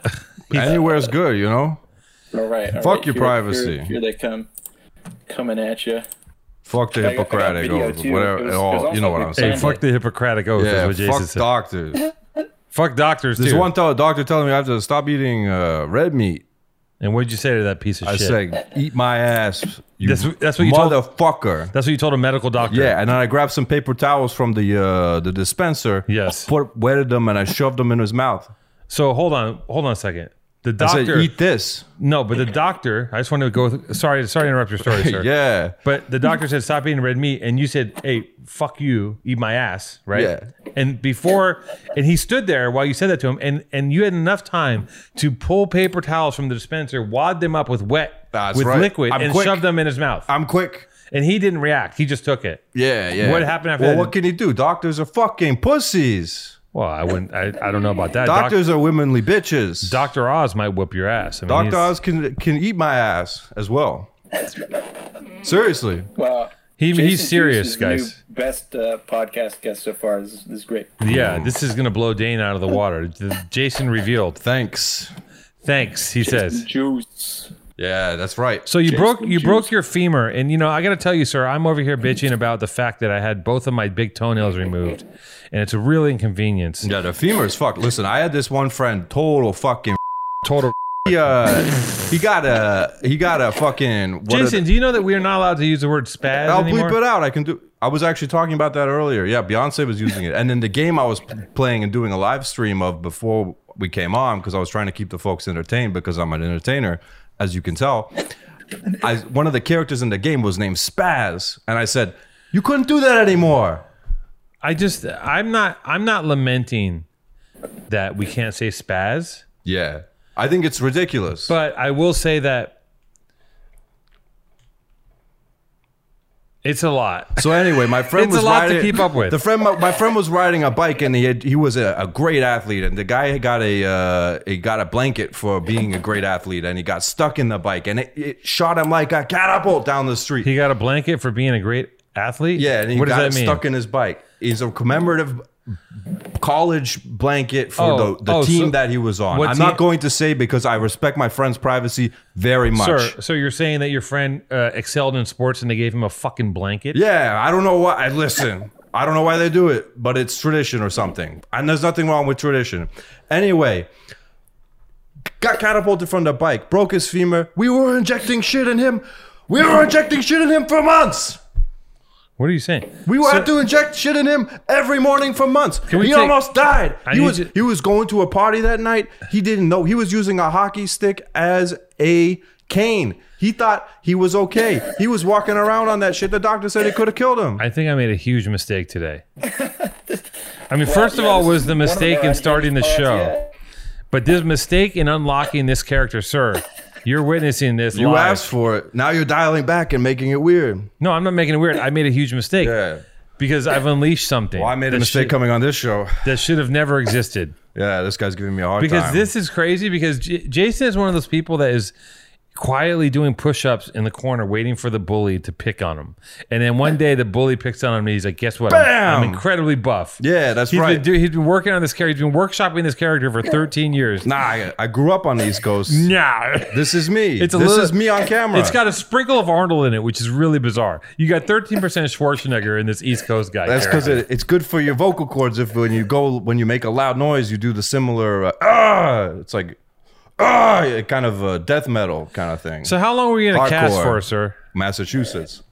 B: Anywhere's good, you know.
C: all right. all
B: Fuck
C: right,
B: your
C: here-
B: privacy.
C: Here, here they come, coming at you.
B: Fuck the
C: I got- I got
B: Hippocratic
C: video,
B: oath,
C: too. It
B: whatever.
C: was- it was
B: Oh, you know
C: also
B: what I'm
C: big
A: Hey,
B: saying.
C: time.
A: fuck the Hippocratic oath. is
B: Yeah.
A: what Jason
B: Fuck
A: said.
B: doctors.
A: Fuck doctors
B: There's
A: too.
B: one t- doctor telling me I have to stop eating uh, red meat.
A: and what'd you say to that piece of
B: I
A: shit?
B: said, "Eat my ass, you
A: That's wh- that's what you told-
B: motherfucker."
A: That's what you told a medical doctor.
B: yeah, and then I grabbed some paper towels from the uh, the dispenser.
A: Yes.
B: put, wetted them, and I shoved them in his mouth.
A: So hold on, hold on a second. The
B: I said,
A: doctor,
B: "Eat this."
A: no, but the doctor. I just want to go. With, sorry, sorry to interrupt your story, sir.
B: Yeah,
A: But the doctor said stop eating red meat, and you said, "Hey, fuck you, eat my ass," right?
B: Yeah.
A: And before, and he stood there while you said that to him, and and you had enough time to pull paper towels from the dispenser, wad them up with wet
B: That's
A: with
B: right.
A: liquid,
B: I'm
A: and
B: quick.
A: shove them in his mouth.
B: I'm quick.
A: and he didn't react. He just took it.
B: Yeah, yeah.
A: What happened after
B: Well,
A: that?
B: what can he do? Doctors are fucking pussies.
A: Well, I wouldn't. I, I don't know about that.
B: Doctors are womenly bitches.
A: Doctor Oz might whoop your ass. I mean,
B: Doctor
A: he's-
B: Oz can can eat my ass as well. Seriously,
C: Wow.
A: He,
C: Jason
A: he's serious,
C: Seuss is the new
A: guys.
C: best uh, podcast guest so far. This, this is great.
A: Yeah, this is gonna blow Dane out of the water. The- Jason revealed.
B: thanks.
A: Thanks, he says.
C: Juice.
B: Yeah, that's right.
A: So you broke you
C: Juice.
A: broke your femur, and you know I got to tell you, sir, I'm over here bitching about the fact that I had both of my big toenails removed, and it's a real inconvenience.
B: Yeah, the femur's fucked. Listen, I had this one friend, total fucking.
A: Total.
B: He, uh, he got a he got a fucking. what are
A: Jason, do you know that we are not allowed to use the word spaz
B: I'll
A: anymore?
B: bleep it out. I can do. I was actually talking about that earlier. Yeah, Beyonce was using it, and then the game I was p- playing and doing a live stream of before we came on because I was trying to keep the folks entertained because I'm an entertainer, as you can tell. I, one of the characters in the game was named Spaz, and I said, "You couldn't do that anymore."
A: I just I'm not I'm not lamenting that we can't say spaz,
B: Yeah, I think it's ridiculous.
A: but I will say that it's a lot.
B: So anyway, my friend
A: It's a
B: was
A: lot to
B: riding,
A: keep up with.
B: The friend, my, my friend was riding a bike, and he had, he was a, a great athlete. And the guy had got a uh, he got a blanket for being a great athlete, and he got stuck in the bike, and it, it shot him like a catapult down the street.
A: He got a blanket for being a great athlete.
B: yeah, and he
A: what
B: got
A: does
B: it
A: that mean?
B: stuck in his bike. He's a commemorative college blanket for
A: Oh,
B: the, the
A: oh,
B: team
A: so-
B: that he was on.
A: what
B: I'm
A: team-
B: not going to say because I respect my friend's privacy very much.
A: Sir, so you're saying that your friend uh, excelled in sports and they gave him a fucking blanket?
B: Yeah, I don't know why. I listen. I don't know why they do it, but it's tradition or something. And there's nothing wrong with tradition. Anyway, got catapulted from the bike, broke his femur. We were injecting shit in him. We were injecting shit in him for months.
A: What are you saying?
B: We had to inject shit in him every morning for months.
A: we
B: He
A: take-
B: almost died.
A: I
B: He
A: need
B: was
A: to-
B: he was going to a party that night. He didn't know he was using a hockey stick as a cane. He thought he was okay. He was walking around on that shit. The doctor said it could have killed him.
A: I think I made a huge mistake today. I mean, first of
C: yeah,
A: all,
C: this
A: was
C: is
A: the
C: one of
A: mistake
C: our
A: in starting the
C: unhinged
A: show,
C: thoughts,
A: but this mistake in unlocking this character, sir, you're witnessing this.
B: You
A: live.
B: asked for it. Now you're dialing back and making it weird.
A: No, I'm not making it weird. I made a huge mistake because I've unleashed something.
B: Well, I made a
A: that
B: mistake
A: should-
B: coming on this show.
A: that should have never existed.
B: Yeah, this guy's giving me a hard
A: Because
B: time.
A: this is crazy. Because J- Jason is one of those people that is quietly doing push-ups in the corner, waiting for the bully to pick on him. And then one day the bully picks on him, and he's like, "Guess what? I'm- I'm,
B: Bam!
A: incredibly buff."
B: Yeah, that's
A: He's
B: right.
A: Been do- he's been working on this character. He's been workshopping this character for 13 years.
B: nah, I, I grew up on the East Coast.
A: Nah.
B: This is me.
A: It's a
B: this
A: little-
B: is me on camera.
A: It's got a sprinkle of Arnold in it, which is really bizarre. You got 13% Schwarzenegger in this East Coast guy.
B: That's because
A: character.
B: it, it's good for your vocal cords. If when you go when you make a loud noise, you do the similar uh, ah. It's like ah, it kind of uh, death metal kind of thing.
A: So how long were you going to cast
B: Hardcore.
A: for, sir?
B: Massachusetts.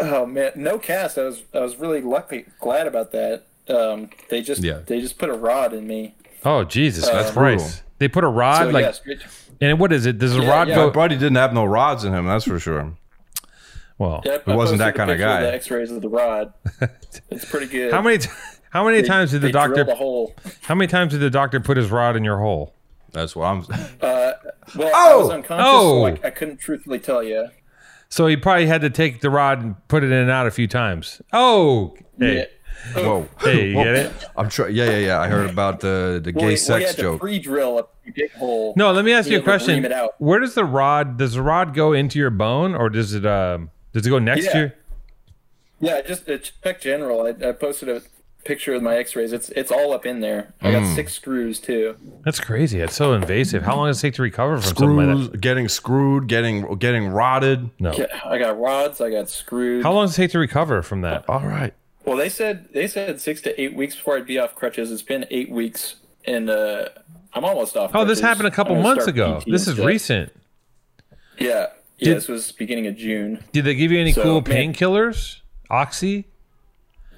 C: Oh man, no cast. I was I was really lucky, glad about that. Um, they just
B: Yeah.
C: they just put a rod in me.
A: Oh Jesus, that's
B: brutal.
A: Christ. They put a rod
C: So
A: like,
C: yeah, straight,
A: and what is it? Does a
C: Yeah,
A: rod
C: yeah.
A: go?
B: My buddy didn't have no rods in him. That's for sure.
A: Well,
C: yep,
B: It wasn't
C: I
B: that
C: posted
B: kinda
C: a picture of
B: guy.
C: The X-rays of the rod. It's pretty good.
A: how many t- how many times did the
C: They drilled
A: doctor
C: a hole?
A: how many times did the doctor put his rod in your hole?
B: That's what I'm.
C: Well, I
B: Oh!
C: was unconscious,
A: Oh!
C: so I, I couldn't truthfully tell you.
A: So he probably had to take the rod and put it in and out a few times. Oh, hey,
B: Whoa.
A: hey, you
B: Whoa.
A: get it?
B: I'm trying. Yeah, yeah, yeah. I heard about the the gay
C: Well, we- we
B: sex
C: had to
B: joke.
C: Pre-drill a big hole.
A: No, let me ask
C: Yeah,
A: you a
C: but ream
A: question.
C: it out.
A: Where does the rod does the rod go into your bone or does it um does it go next to
C: Yeah.
A: you?
C: Yeah, just uh, check general. I, I posted a picture of my X-rays. It's it's all up in there. I
A: Mm.
C: got six screws too.
A: That's crazy. That's so invasive. How long does it take to recover from something like
B: Screws,
A: that?
B: getting screwed, getting getting rotted.
A: No.
C: Yeah, I got rods. I got screws.
A: How long does it take to recover from that?
C: Uh,
B: All right.
C: Well, they said they said six to eight weeks before I'd be off crutches. It's been eight weeks, and uh, I'm almost off.
A: Oh, this
C: crutches.
A: happened a couple
C: I'm gonna
A: months
C: start
A: ago.
C: PT
A: This
C: and
A: is
C: stuff.
A: recent.
C: Yeah, yeah.
A: Did-
C: this was beginning of June.
A: Did they give you any
C: So,
A: cool
C: man-
A: painkillers? Oxy?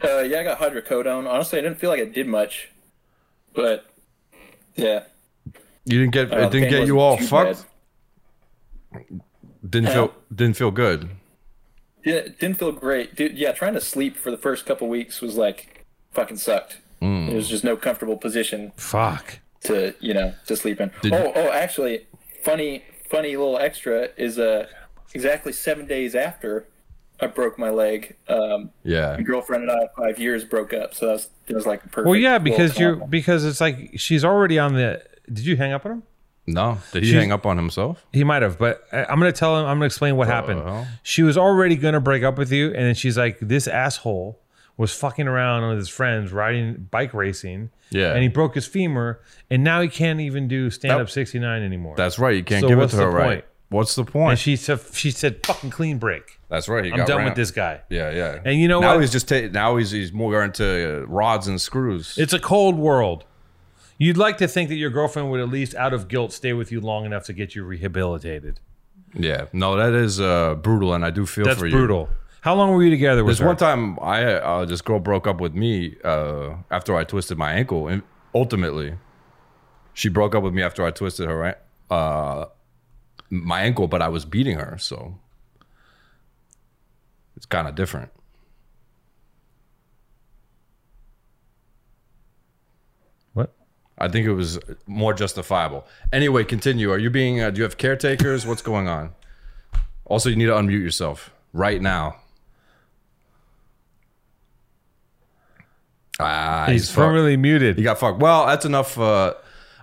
C: Uh, yeah, I got hydrocodone. Honestly, I didn't feel like it did much, but yeah,
B: You didn't get.
C: Uh,
B: it didn't
C: pain
B: get you
C: wasn't
B: all
C: too
B: fucked.
C: bad.
B: Didn't feel. Didn't feel good.
C: Yeah, it didn't feel great, dude. Yeah, trying to sleep for the first couple weeks was like fucking sucked.
A: Hmm.
C: There was just no comfortable position
A: Fuck.
C: to you know to sleep in. oh, oh, actually, funny, funny little extra is uh exactly seven days after I broke my leg. Um,
B: Yeah.
C: my girlfriend and I, of five years, broke up. So that was, that was like a perfect.
A: Well, yeah,
C: little
A: because you're
C: combo.
A: because it's like she's already on the. Did you hang up on him?
B: No. Did he
A: She's-
B: hang up on himself?
A: He might have, but I, I'm gonna tell him. I'm gonna explain what happened.
B: hell?
A: She was already gonna break up with you, and then she's like, "This asshole was fucking around with his friends riding bike racing,
B: Yeah.
A: and he broke his femur, and now he can't even do stand up 69 anymore."
B: That's right. You can't
A: So
B: give it
A: what's
B: to her
A: the
B: right.
A: point?
B: What's the
A: and
B: point?
A: she said, "She said fucking clean break.
B: That's right. He
A: I'm
B: got
A: done with
B: ramped.
A: this guy."
B: Yeah, yeah.
A: And you know
B: now
A: what?
B: he's just ta- now he's he's more into uh, rods and screws.
A: It's a cold world. You'd like to think that your girlfriend would at least, out of guilt, stay with you long enough to get you rehabilitated.
B: yeah. No, that is uh, brutal, and I do feel
A: That's
B: for you.
A: brutal. How long were you together with
B: There's
A: her?
B: one time I uh, this girl broke up with me uh, after I twisted my ankle, and ultimately, she broke up with me after I twisted her an- uh, my ankle, but I was beating her, so it's kind of different.
A: what?
B: I think it was more justifiable. Anyway, continue. Are you being? Uh, do you have caretakers? What's going on? Also, you need to unmute yourself right now. Ah,
A: He's
B: fucked.
A: firmly muted.
B: He got fucked. Well, that's enough. Uh,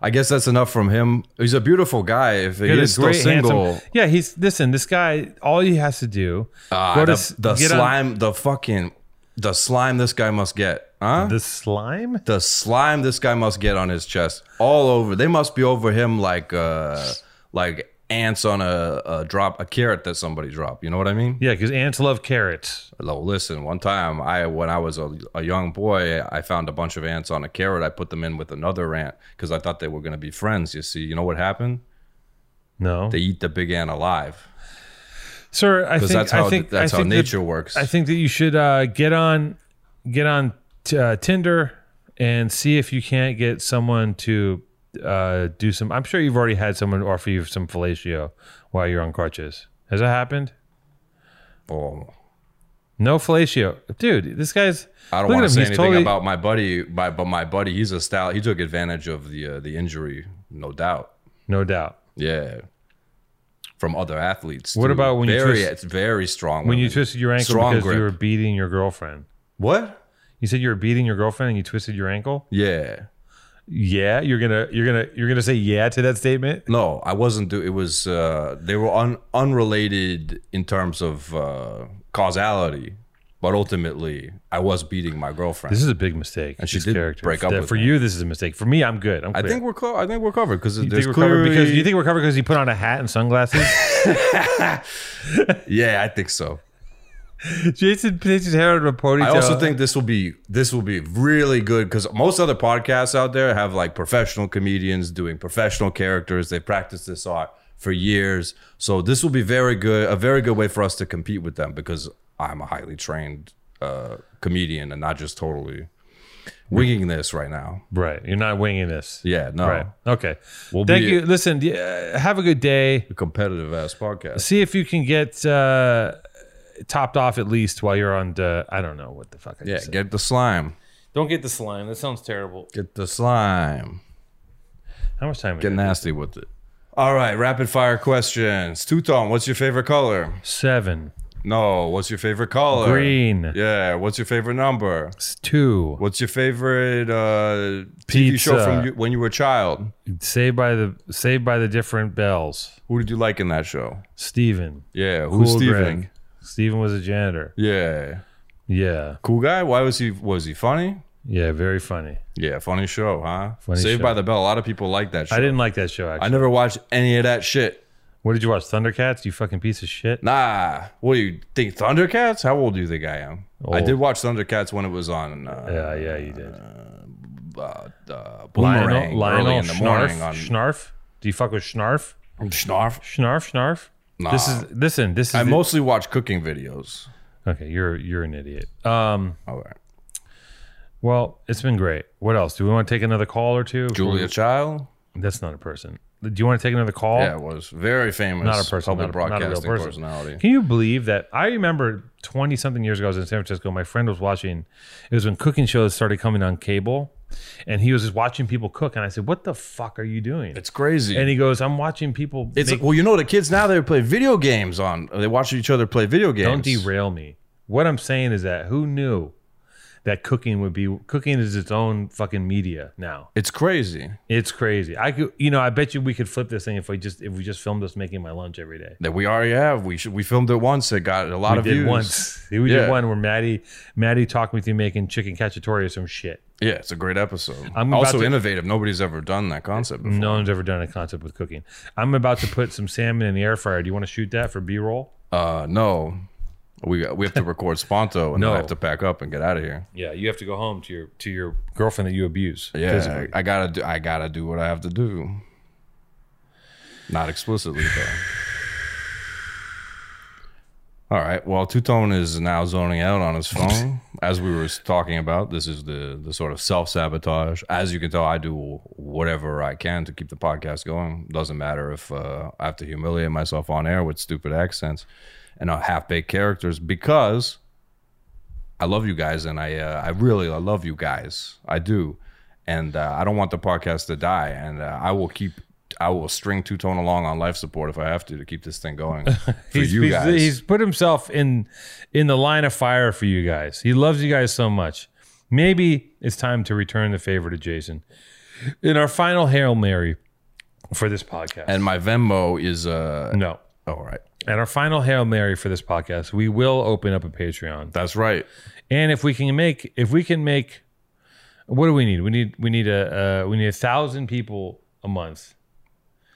B: I guess that's enough from him. He's a beautiful guy. If he
A: Got a
B: is still
A: great, handsome-
B: single,
A: Yeah, he's listen. This guy, all he has to do,
B: Ah,
A: go to
B: the,
A: s-
B: the
A: get on-
B: slime, the fucking, the slime this guy must get, huh?
A: the slime.
B: the slime this guy must get on his chest all over they must be over him like uh like ants on a, a drop a carrot that somebody dropped you know what i mean
A: Yeah, because ants love carrots.
B: Hello, listen one time i when i was a, a young boy i found a bunch of ants on a carrot i put them in with another ant because i thought they were going to be friends you see you know what happened
A: No,
B: they eat the big ant alive
A: sir. I think
B: because that's how
A: I think
B: that's
A: I
B: how
A: think that-
B: nature works
A: I think that you should uh, get on get on t- uh, Tinder and see if you can't get someone to uh, do some. I'm sure you've already had someone offer you some fellatio while you're on crutches. Has that happened?
B: oh
A: No fellatio, dude. This guy's.
B: I don't
A: look at
B: want to
A: him,
B: say
A: he's
B: anything
A: totally-
B: about my buddy, my, but my buddy, he's a style. He took advantage of the uh, the injury, no doubt.
A: No doubt.
B: Yeah. From other athletes.
A: What
B: too.
A: about when you
B: very,
A: twist-
B: It's very strong.
A: When you
B: women.
A: twisted your ankle
B: Strong
A: because
B: grip.
A: you were beating your girlfriend.
B: what?
A: You said you were beating your girlfriend and you twisted your ankle.
B: Yeah.
A: Yeah, you're gonna you're gonna you're gonna say yeah to that statement.
B: No, I wasn't. Do- it was. Uh, they were un- unrelated in terms of uh, causality, but ultimately, I was beating my girlfriend.
A: This is a big mistake.
B: And she
A: this
B: did break up
A: That-
B: with
A: for
B: me.
A: you. This is a mistake. For me, I'm good. I'm
B: I
A: clear.
B: think we're co- I think we're covered because
A: You
B: there's
A: think we're
B: clearly
A: covered because you think we're covered because he put on a hat and sunglasses.
B: yeah, I think so.
A: Jason puts his hair on a ponytail.
B: I also think this will be this will be really good because most other podcasts out there have like professional comedians doing professional characters. They practice this art for years, so this will be very good. A very good way for us to compete with them because I'm a highly trained uh, comedian and not just totally winging this right now.
A: right. You're not winging this.
B: Yeah, no,
A: Right. Okay.
B: We'll
A: Thank
B: be-
A: you. Listen. d- Uh, have a good day.
B: a competitive ass podcast.
A: See if you can get uh, topped off at least while you're on. The, I don't know what the fuck. I
B: Yeah,
A: just said.
B: get the slime,
A: don't get the slime. That sounds terrible.
B: get the slime.
A: How much time? we
B: Get
A: got?
B: nasty with it. All right, rapid fire questions. Two-tone, what's your favorite color?
A: Seven.
B: No. What's your favorite color?
A: Green.
B: Yeah. What's your favorite number?
A: It's Two.
B: What's your favorite uh, TV
A: Pizza.
B: show from you, when you were a child?
A: Saved by the Saved by the different bells.
B: Who did you like in that show?
A: Steven.
B: Yeah. Who's
A: Cool
B: Steven?
A: Greg. Steven was a janitor.
B: Yeah.
A: Yeah.
B: Cool guy. Why was he? Was he funny?
A: Yeah. Very funny.
B: Yeah. Funny show, huh?
A: Funny
B: Saved
A: show.
B: by the Bell. A lot of people like that show.
A: I didn't like that show. Actually.
B: I never watched any of that shit.
A: What did you watch? Thundercats? You fucking piece of shit.
B: Nah. What do you think? Thundercats? How old do you think I am? I
A: Old.
B: did watch Thundercats when it was on. Uh,
A: Yeah, yeah, you did.
B: uh, uh, Boomerang early in the morning
A: Schnarf,
B: on
A: Schnarf. Do you fuck with Schnarf?
B: Snarf.
A: Schnarf, Schnarf.
B: Nah.
A: This is listen. This is
B: I
A: the-
B: mostly watch cooking videos.
A: okay. You're you're an idiot. Um.
B: All right.
A: Well, it's been great. What else? Do we want to take another call or two?
B: Julia Child.
A: That's not a person. Do you want to take another call?
B: Yeah, it was very famous.
A: Not a person,
B: public
A: not a- not a real
B: broadcasting
A: person.
B: personality.
A: Can you believe that? I remember 20 something years ago, I was in San Francisco. My friend was watching, it was when cooking shows started coming on cable, and he was just watching people cook. And I said, What the fuck are you doing?
B: It's crazy.
A: and he goes, I'm watching people.
B: it's
A: make-
B: well, you know, the kids now they play video games on. They watch each other play video games.
A: don't derail me. What I'm saying is that who knew that cooking would be cooking is its own fucking media now.
B: It's crazy
A: It's crazy. I could, you know, I bet you we could flip this thing if we just if we just filmed us making my lunch every day.
B: that we already have. We should, we filmed it once. It got a lot
A: we
B: of
A: did
B: views.
A: once. We
B: Yeah.
A: did one where Maddie Maddie talked me through making chicken cacciatore or some shit.
B: Yeah, it's a great episode.
A: I'm about
B: also
A: to- Mm.
B: innovative. Nobody's ever done that concept before.
A: No one's ever done a concept with cooking. I'm about to put some salmon in the air fryer. Do you want to shoot that for B-roll?
B: Uh, no, we we have to record Sponto, and then
A: No.
B: I have to pack up and get out of here.
A: Yeah, you have to go home to your to your girlfriend that you abuse.
B: Yeah, I, I gotta do. I gotta do what I have to do. Not explicitly, though. All right. Well, Two Tone is now zoning out on his phone, as we were talking about. This is the the sort of self sabotage. As you can tell, I do whatever I can to keep the podcast going. Doesn't matter if uh, I have to humiliate myself on air with stupid accents and half baked characters because I love you guys, and I uh, I really I love you guys. I do, and uh, I don't want the podcast to die. And uh, I will keep I will string two tone along on life support if I have to to keep this thing going for
A: he's,
B: you
A: he's-
B: guys.
A: he's put himself in in the line of fire for you guys. He loves you guys so much. Maybe it's time to return the favor to Jason in our final hail mary for this podcast.
B: and my Venmo is uh
A: no,
B: all right.
A: at our final hail mary for this podcast, we will open up a Patreon,
B: That's right.
A: and if we can make if we can make what do we need? We need we need a uh, we need a thousand people a month.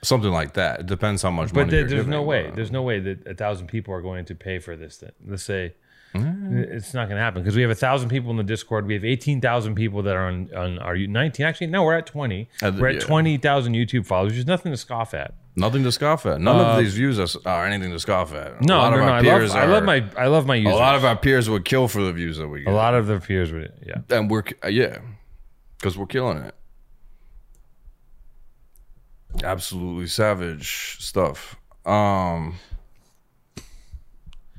B: Something like that. It depends how much
A: But
B: money.
A: there-
B: you're
A: there's no
B: giving,
A: way.
B: uh,
A: There's no way that a thousand people are going to pay for this thing. Let's say
B: Mm.
A: it's not going to happen because we have a thousand people in the Discord. We have eighteen thousand people that are on on our U- nineteen. Actually, no, we're at twenty.
B: Uh,
A: we're at
B: yeah.
A: twenty thousand YouTube followers, which is nothing to scoff at.
B: nothing to scoff at. None of these views are, are anything to scoff at.
A: Uh, No,
B: a lot
A: no,
B: of
A: no.
B: our
A: I
B: peers
A: love, I love
B: are-
A: my, I love my
B: A
A: users.
B: lot of our peers would kill for the views that we get.
A: a lot of their peers would, yeah.
B: and we're uh, yeah, because we're killing it. Absolutely savage stuff. Um,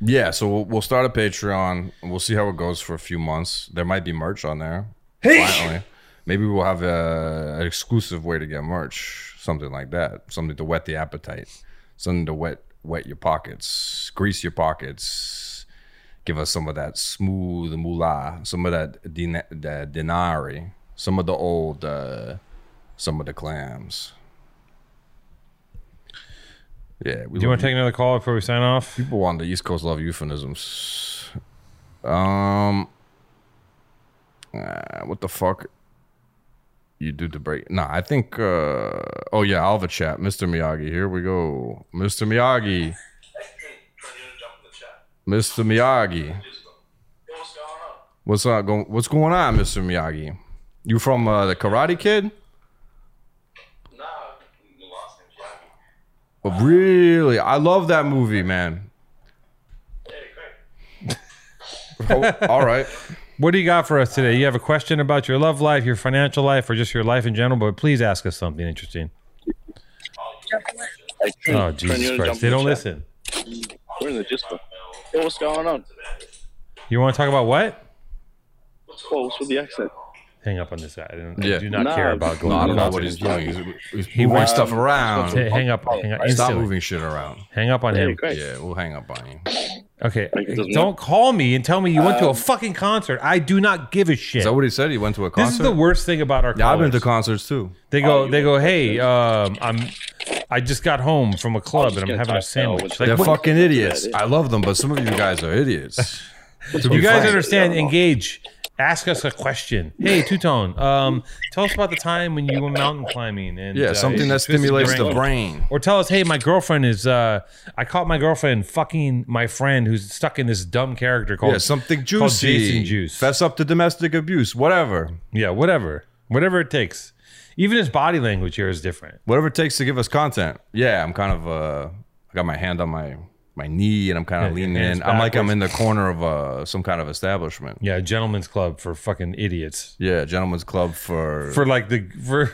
B: yeah, so we'll, we'll start a Patreon. and We'll see how it goes for a few months. There might be merch on there. Finally, maybe we'll have a, an exclusive way to get merch, something like that, something to whet the appetite, something to wet wet your pockets, grease your pockets, give us some of that smooth moolah, some of that, din- that denari, some of the old, uh, some of the clams. Yeah, we
A: Do you
B: love
A: want to take another call before we sign off?
B: People on the East Coast love euphemisms. Um, uh, what the fuck? You do the break? Nah, I think. Uh, oh yeah, I'll have a chat, Mr. Miyagi. Here we go, Mr. Miyagi, Mr. Miyagi. What's up? Go- what's going on, Mr. Miyagi? You from uh, the Karate Kid? But really, I love that movie, man. Oh, all right.
A: What do you got for us today? You have a question about your love life, your financial life, or just your life in general? But please ask us something interesting. Oh Jesus Christ! They don't listen.
D: We're in the Discord. Yo, what's going on?
A: You want to talk about what?
D: Whoa, what's with the accent?
A: Hang up on this guy. I, don't, I
B: Yeah.
A: do not
D: No,
A: care about
B: No,
A: going.
B: I don't know
A: nonsense.
B: what he's doing. He's, he's moving stuff around.
A: Hey, hang up. Hang up.
B: Stop
A: Instantly.
B: moving shit around.
A: Hang up on
D: Hey,
A: him.
D: great.
B: Yeah, we'll hang up on you.
A: Okay.
D: it doesn't
A: Don't call me and tell me you went to a fucking concert. I do not give a shit.
B: Um, Is that what he said? He went to a
A: This is
B: concert.
A: the worst thing about our
B: yeah, I've been to
A: callers.
B: concerts too.
A: They go. They go. Hey, um, I'm. I just got home from a club
D: just
A: and I'm
D: gonna
A: having a
D: type that over.
A: sandwich. Like,
B: They're
A: what-
B: fucking idiots.
D: Yeah,
B: I love them, but some of you guys are idiots. To
A: you
B: be
A: guys
B: frank.
A: understand? Engage. Ask us a question. Hey, Two Tone. Um, tell us about the time when you were mountain climbing and
B: Yeah,
A: uh,
B: something
A: you
B: that
A: twisted your
B: stimulates the
A: ankle.
B: brain.
A: or tell us, hey, my girlfriend is. Uh, I caught my girlfriend fucking my friend who's stuck in this dumb character called
B: Yeah, something
A: called
B: juicy.
A: Jason Juice.
B: Fess up to domestic abuse. Whatever.
A: yeah, whatever, whatever it takes. Even his body language here is different.
B: Whatever it takes to give us content. Yeah, I'm kind of. Uh, I got my hand on my my knee, and I'm kind of
A: Yeah, your
B: leaning
A: hands
B: in. I'm like I'm in the corner of uh, some kind of establishment.
A: Yeah, gentlemen's club for fucking idiots.
B: Yeah, gentlemen's club for
A: For like the for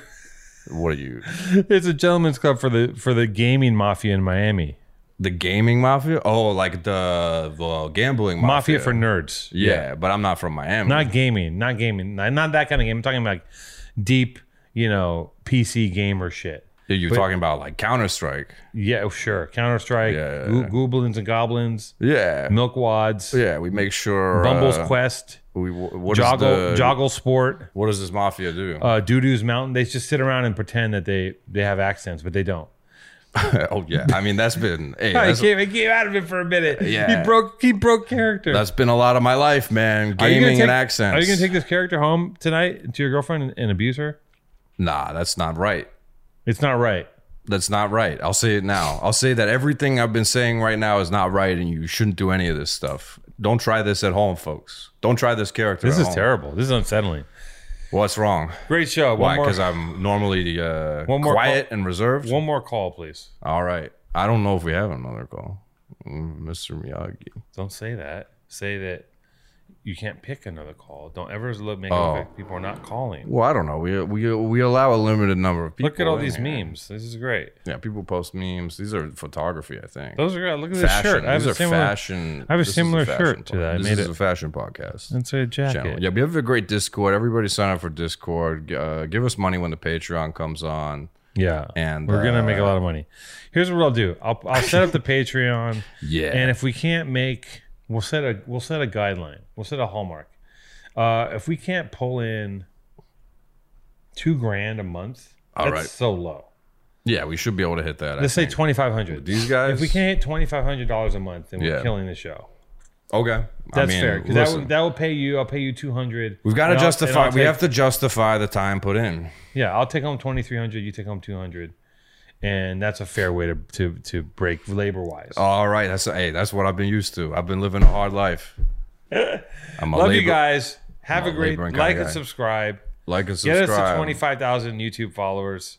B: What are you?
A: It's a gentleman's club for the for the gaming mafia in Miami.
B: The gaming mafia? Oh, like the well, gambling mafia.
A: Mafia, for nerds.
B: yeah, but I'm not from Miami.
A: Not gaming, not gaming, not, not that kind of game. I'm talking about deep, you know, PC gamer shit.
B: You're talking about like Counter Strike.
A: Yeah, sure. Counter Strike,
B: Yeah, yeah, yeah.
A: Gooblins and Goblins,
B: Yeah.
A: Milkwads,
B: Yeah, uh, we make sure.
A: Bumble's
B: uh,
A: Quest,
B: We, what, is
A: Joggle,
B: the,
A: Joggle Sport,
B: what does this mafia do?
A: uh, Doodoo's Mountain. They just sit around and pretend that they they have accents, but they don't.
B: oh yeah, I mean that's been hey,
A: I
B: that's,
A: came, I came out of it for a minute.
B: Yeah.
A: He broke he broke character.
B: that's been a lot of my life, man.
A: Are you
B: Gaming
A: gonna take-
B: and accents.
A: Are you gonna take this character home tonight to your girlfriend and, and abuse her?
B: nah, that's not right.
A: It's not right.
B: That's not right. I'll say it now. I'll say that everything I've been saying right now is not right, and you shouldn't do any of this stuff. Don't try this at home, folks. Don't try this character.
A: This
B: at
A: is
B: home.
A: terrible. This is unsettling.
B: What's wrong?
A: Great show.
B: Why?
A: One
B: Because
A: more,
B: I'm normally uh,
A: One more
B: quiet and reserved.
A: one more call, please.
B: All right. I don't know if we have another call, Mm, Mr. Miyagi.
A: Don't say that. Say that you can't pick another call. Don't ever look make
B: Oh.
A: it look like people are not calling.
B: Well, I don't know. We we we allow a limited number of people.
A: Look at all
B: in
A: these
B: here.
A: memes. This is great.
B: Yeah, people post memes. These are photography, I think.
A: Those are great. Look at this
B: fashion.
A: shirt. I have
B: These
A: a
B: are
A: similar.
B: fashion.
A: I have a
B: this is
A: similar
B: fashion
A: shirt to
B: pod-
A: that. I
B: This
A: made
B: is
A: it-
B: a fashion podcast.
A: It's a jacket.
B: Channel. Yeah, we have a great Discord. Everybody sign up for Discord. Uh, give us money when the Patreon comes on.
A: Yeah.
B: And
A: We're gonna make a
B: uh,
A: lot of money. Here's what I'll do. I'll, I'll set up the Patreon,
B: Yeah,
A: and if we can't make, we'll set a we'll set a guideline. We'll set a hallmark. Uh, if we can't pull in two grand a month,
B: All
A: that's
B: right.
A: so low.
B: yeah, we should be able to hit that. I
A: Let's say
B: think.
A: twenty five hundred.
B: These guys-
A: if we can't hit twenty five hundred dollars a month, then we're
B: Yeah.
A: killing the show.
B: okay.
A: That's
B: I mean,
A: fair because that
B: listen,
A: will, that will pay you. I'll pay you two hundred.
B: we've got to justify. We have to justify the time put in.
A: Yeah, I'll take home twenty three hundred. You take home two hundred, and that's a fair way to to to break labor wise.
B: All right, that's hey, that's what I've been used to. I've been living a hard life. I'm a
A: Love you
B: labor-
A: guys. Have
B: I'm
A: a
B: a
A: great
B: labor and
A: like
B: guy.
A: and subscribe.
B: Like and
A: Get
B: subscribe.
A: us to twenty five thousand YouTube followers,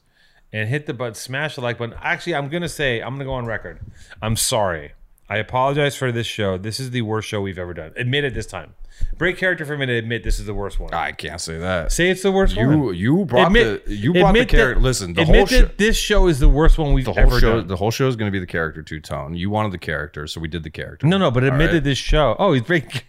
A: and hit the button. Smash the like button. Actually, I'm gonna say I'm gonna go on record. I'm sorry. I apologize for this show. This is the worst show we've ever done. Admit it this time. Break character for a minute. Admit this is the worst one.
B: I can't say that.
A: Say it's the worst one.
B: You you brought
A: admit,
B: the you brought the
A: admit that-
B: character. Listen, the
A: admit
B: whole show,
A: that this show is the worst one we've
B: the whole
A: ever
B: show,
A: done.
B: the whole show is going to be the character two tone. You wanted the character, so we did the character.
A: No, no, but admit
B: right.
A: that this show. Oh, he's breaking.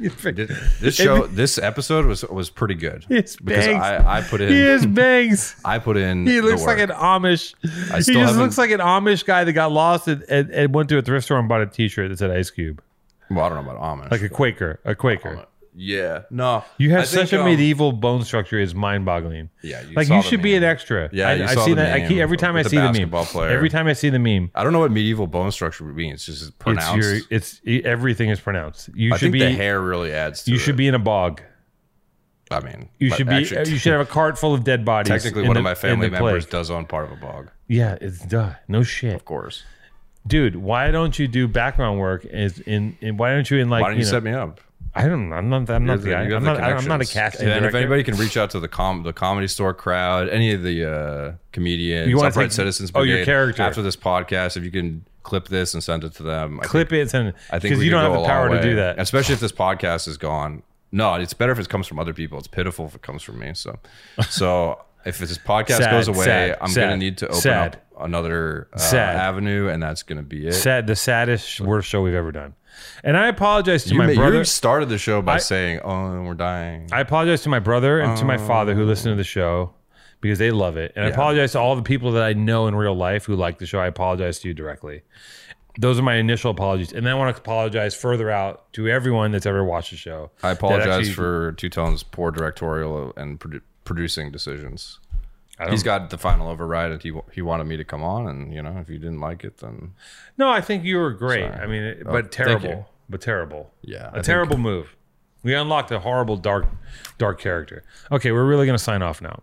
B: Did- this show, this episode was was pretty good
A: It's
B: because
A: bangs.
B: I, I put in
A: he is bangs.
B: I put in.
A: He looks like an
B: it.
A: Amish.
B: I
A: He
B: still
A: just
B: haven't-
A: looks like an Amish guy that got lost and, and, and went to a thrift store and bought a T-shirt that said Ice Cube,
B: Well, I don't know about Amish.
A: like a Quaker, a Quaker.
B: yeah, no.
A: You have
B: I think,
A: such a
B: um,
A: medieval bone structure; it's mind-boggling.
B: Yeah, you
A: like
B: saw
A: you
B: the
A: should be an
B: meme.
A: extra.
B: Yeah,
A: I,
B: you
A: I
B: saw
A: see
B: the
A: that. I keep,
B: meme
A: every time I
B: with the
A: see the meme.
B: basketball player.
A: Every time I see the meme,
B: I don't know what medieval bone structure means. It's just pronounced.
A: it's your it's everything is pronounced. You
B: I
A: should
B: think the
A: be
B: hair really adds. to
A: you
B: it.
A: should be in a bog.
B: I mean,
A: You
B: but
A: should be. uh,
B: actually,
A: you should have a cart full of dead bodies.
B: Technically,
A: in
B: one
A: the-
B: of my
A: in
B: family
A: the
B: members
A: plague.
B: does own part of a bog.
A: Yeah, it's duh. No shit.
B: Of course.
A: dude why don't you do background work is in, in why don't you in like
B: Why don't you,
A: know,
B: set me up?
A: i don't i'm not i'm not the
B: You
A: guy
B: have
A: i'm
B: the
A: not i'm not a
B: connections.
A: casting
B: And if
A: director.
B: anybody can reach out to the com the comedy store crowd, any of the uh, comedians,
A: You wanna
B: upright
A: take-
B: citizens,
A: oh, your
B: Brigade,
A: character.
B: after this podcast, if you can clip this and send it to them, I
A: clip
B: think,
A: it and send it
B: I think
A: because
B: we
A: you
B: could
A: don't have
B: go a
A: the
B: long
A: power to
B: way.
A: do that
B: especially if this podcast is gone. No, it's better if it comes from other people. It's pitiful if it comes from me. So, so if this podcast
A: Sad,
B: goes away,
A: sad,
B: I'm
A: sad,
B: gonna need to open
A: sad.
B: up another uh,
A: Sad.
B: avenue, and that's gonna be it.
A: sad the saddest worst show we've ever done and i apologize to
B: You,
A: my
B: ma- you
A: brother
B: started the show by
A: I-
B: saying, "Oh, we're dying."
A: i apologize to my brother and to my
B: Oh.
A: father who listen to the show because they love it and i apologize to all the people that i know in real life who like the show i apologize to you directly those are my initial apologies and then i want to apologize further out to everyone that's ever watched the show
B: I
A: that
B: apologize
A: actually-
B: for Two Tone's poor directorial and produ- producing decisions.
A: I don't-
B: He's got the final override, and he wa- he wanted me to come on, and you know, if you didn't like it, then
A: No, I think you were great.
B: Sorry.
A: I mean, it,
B: Oh,
A: but
B: thank you.
A: terrible, but terrible.
B: Yeah, I
A: a
B: think-
A: terrible move. We unlocked a horrible dark, dark character. Okay, we're really gonna sign off now.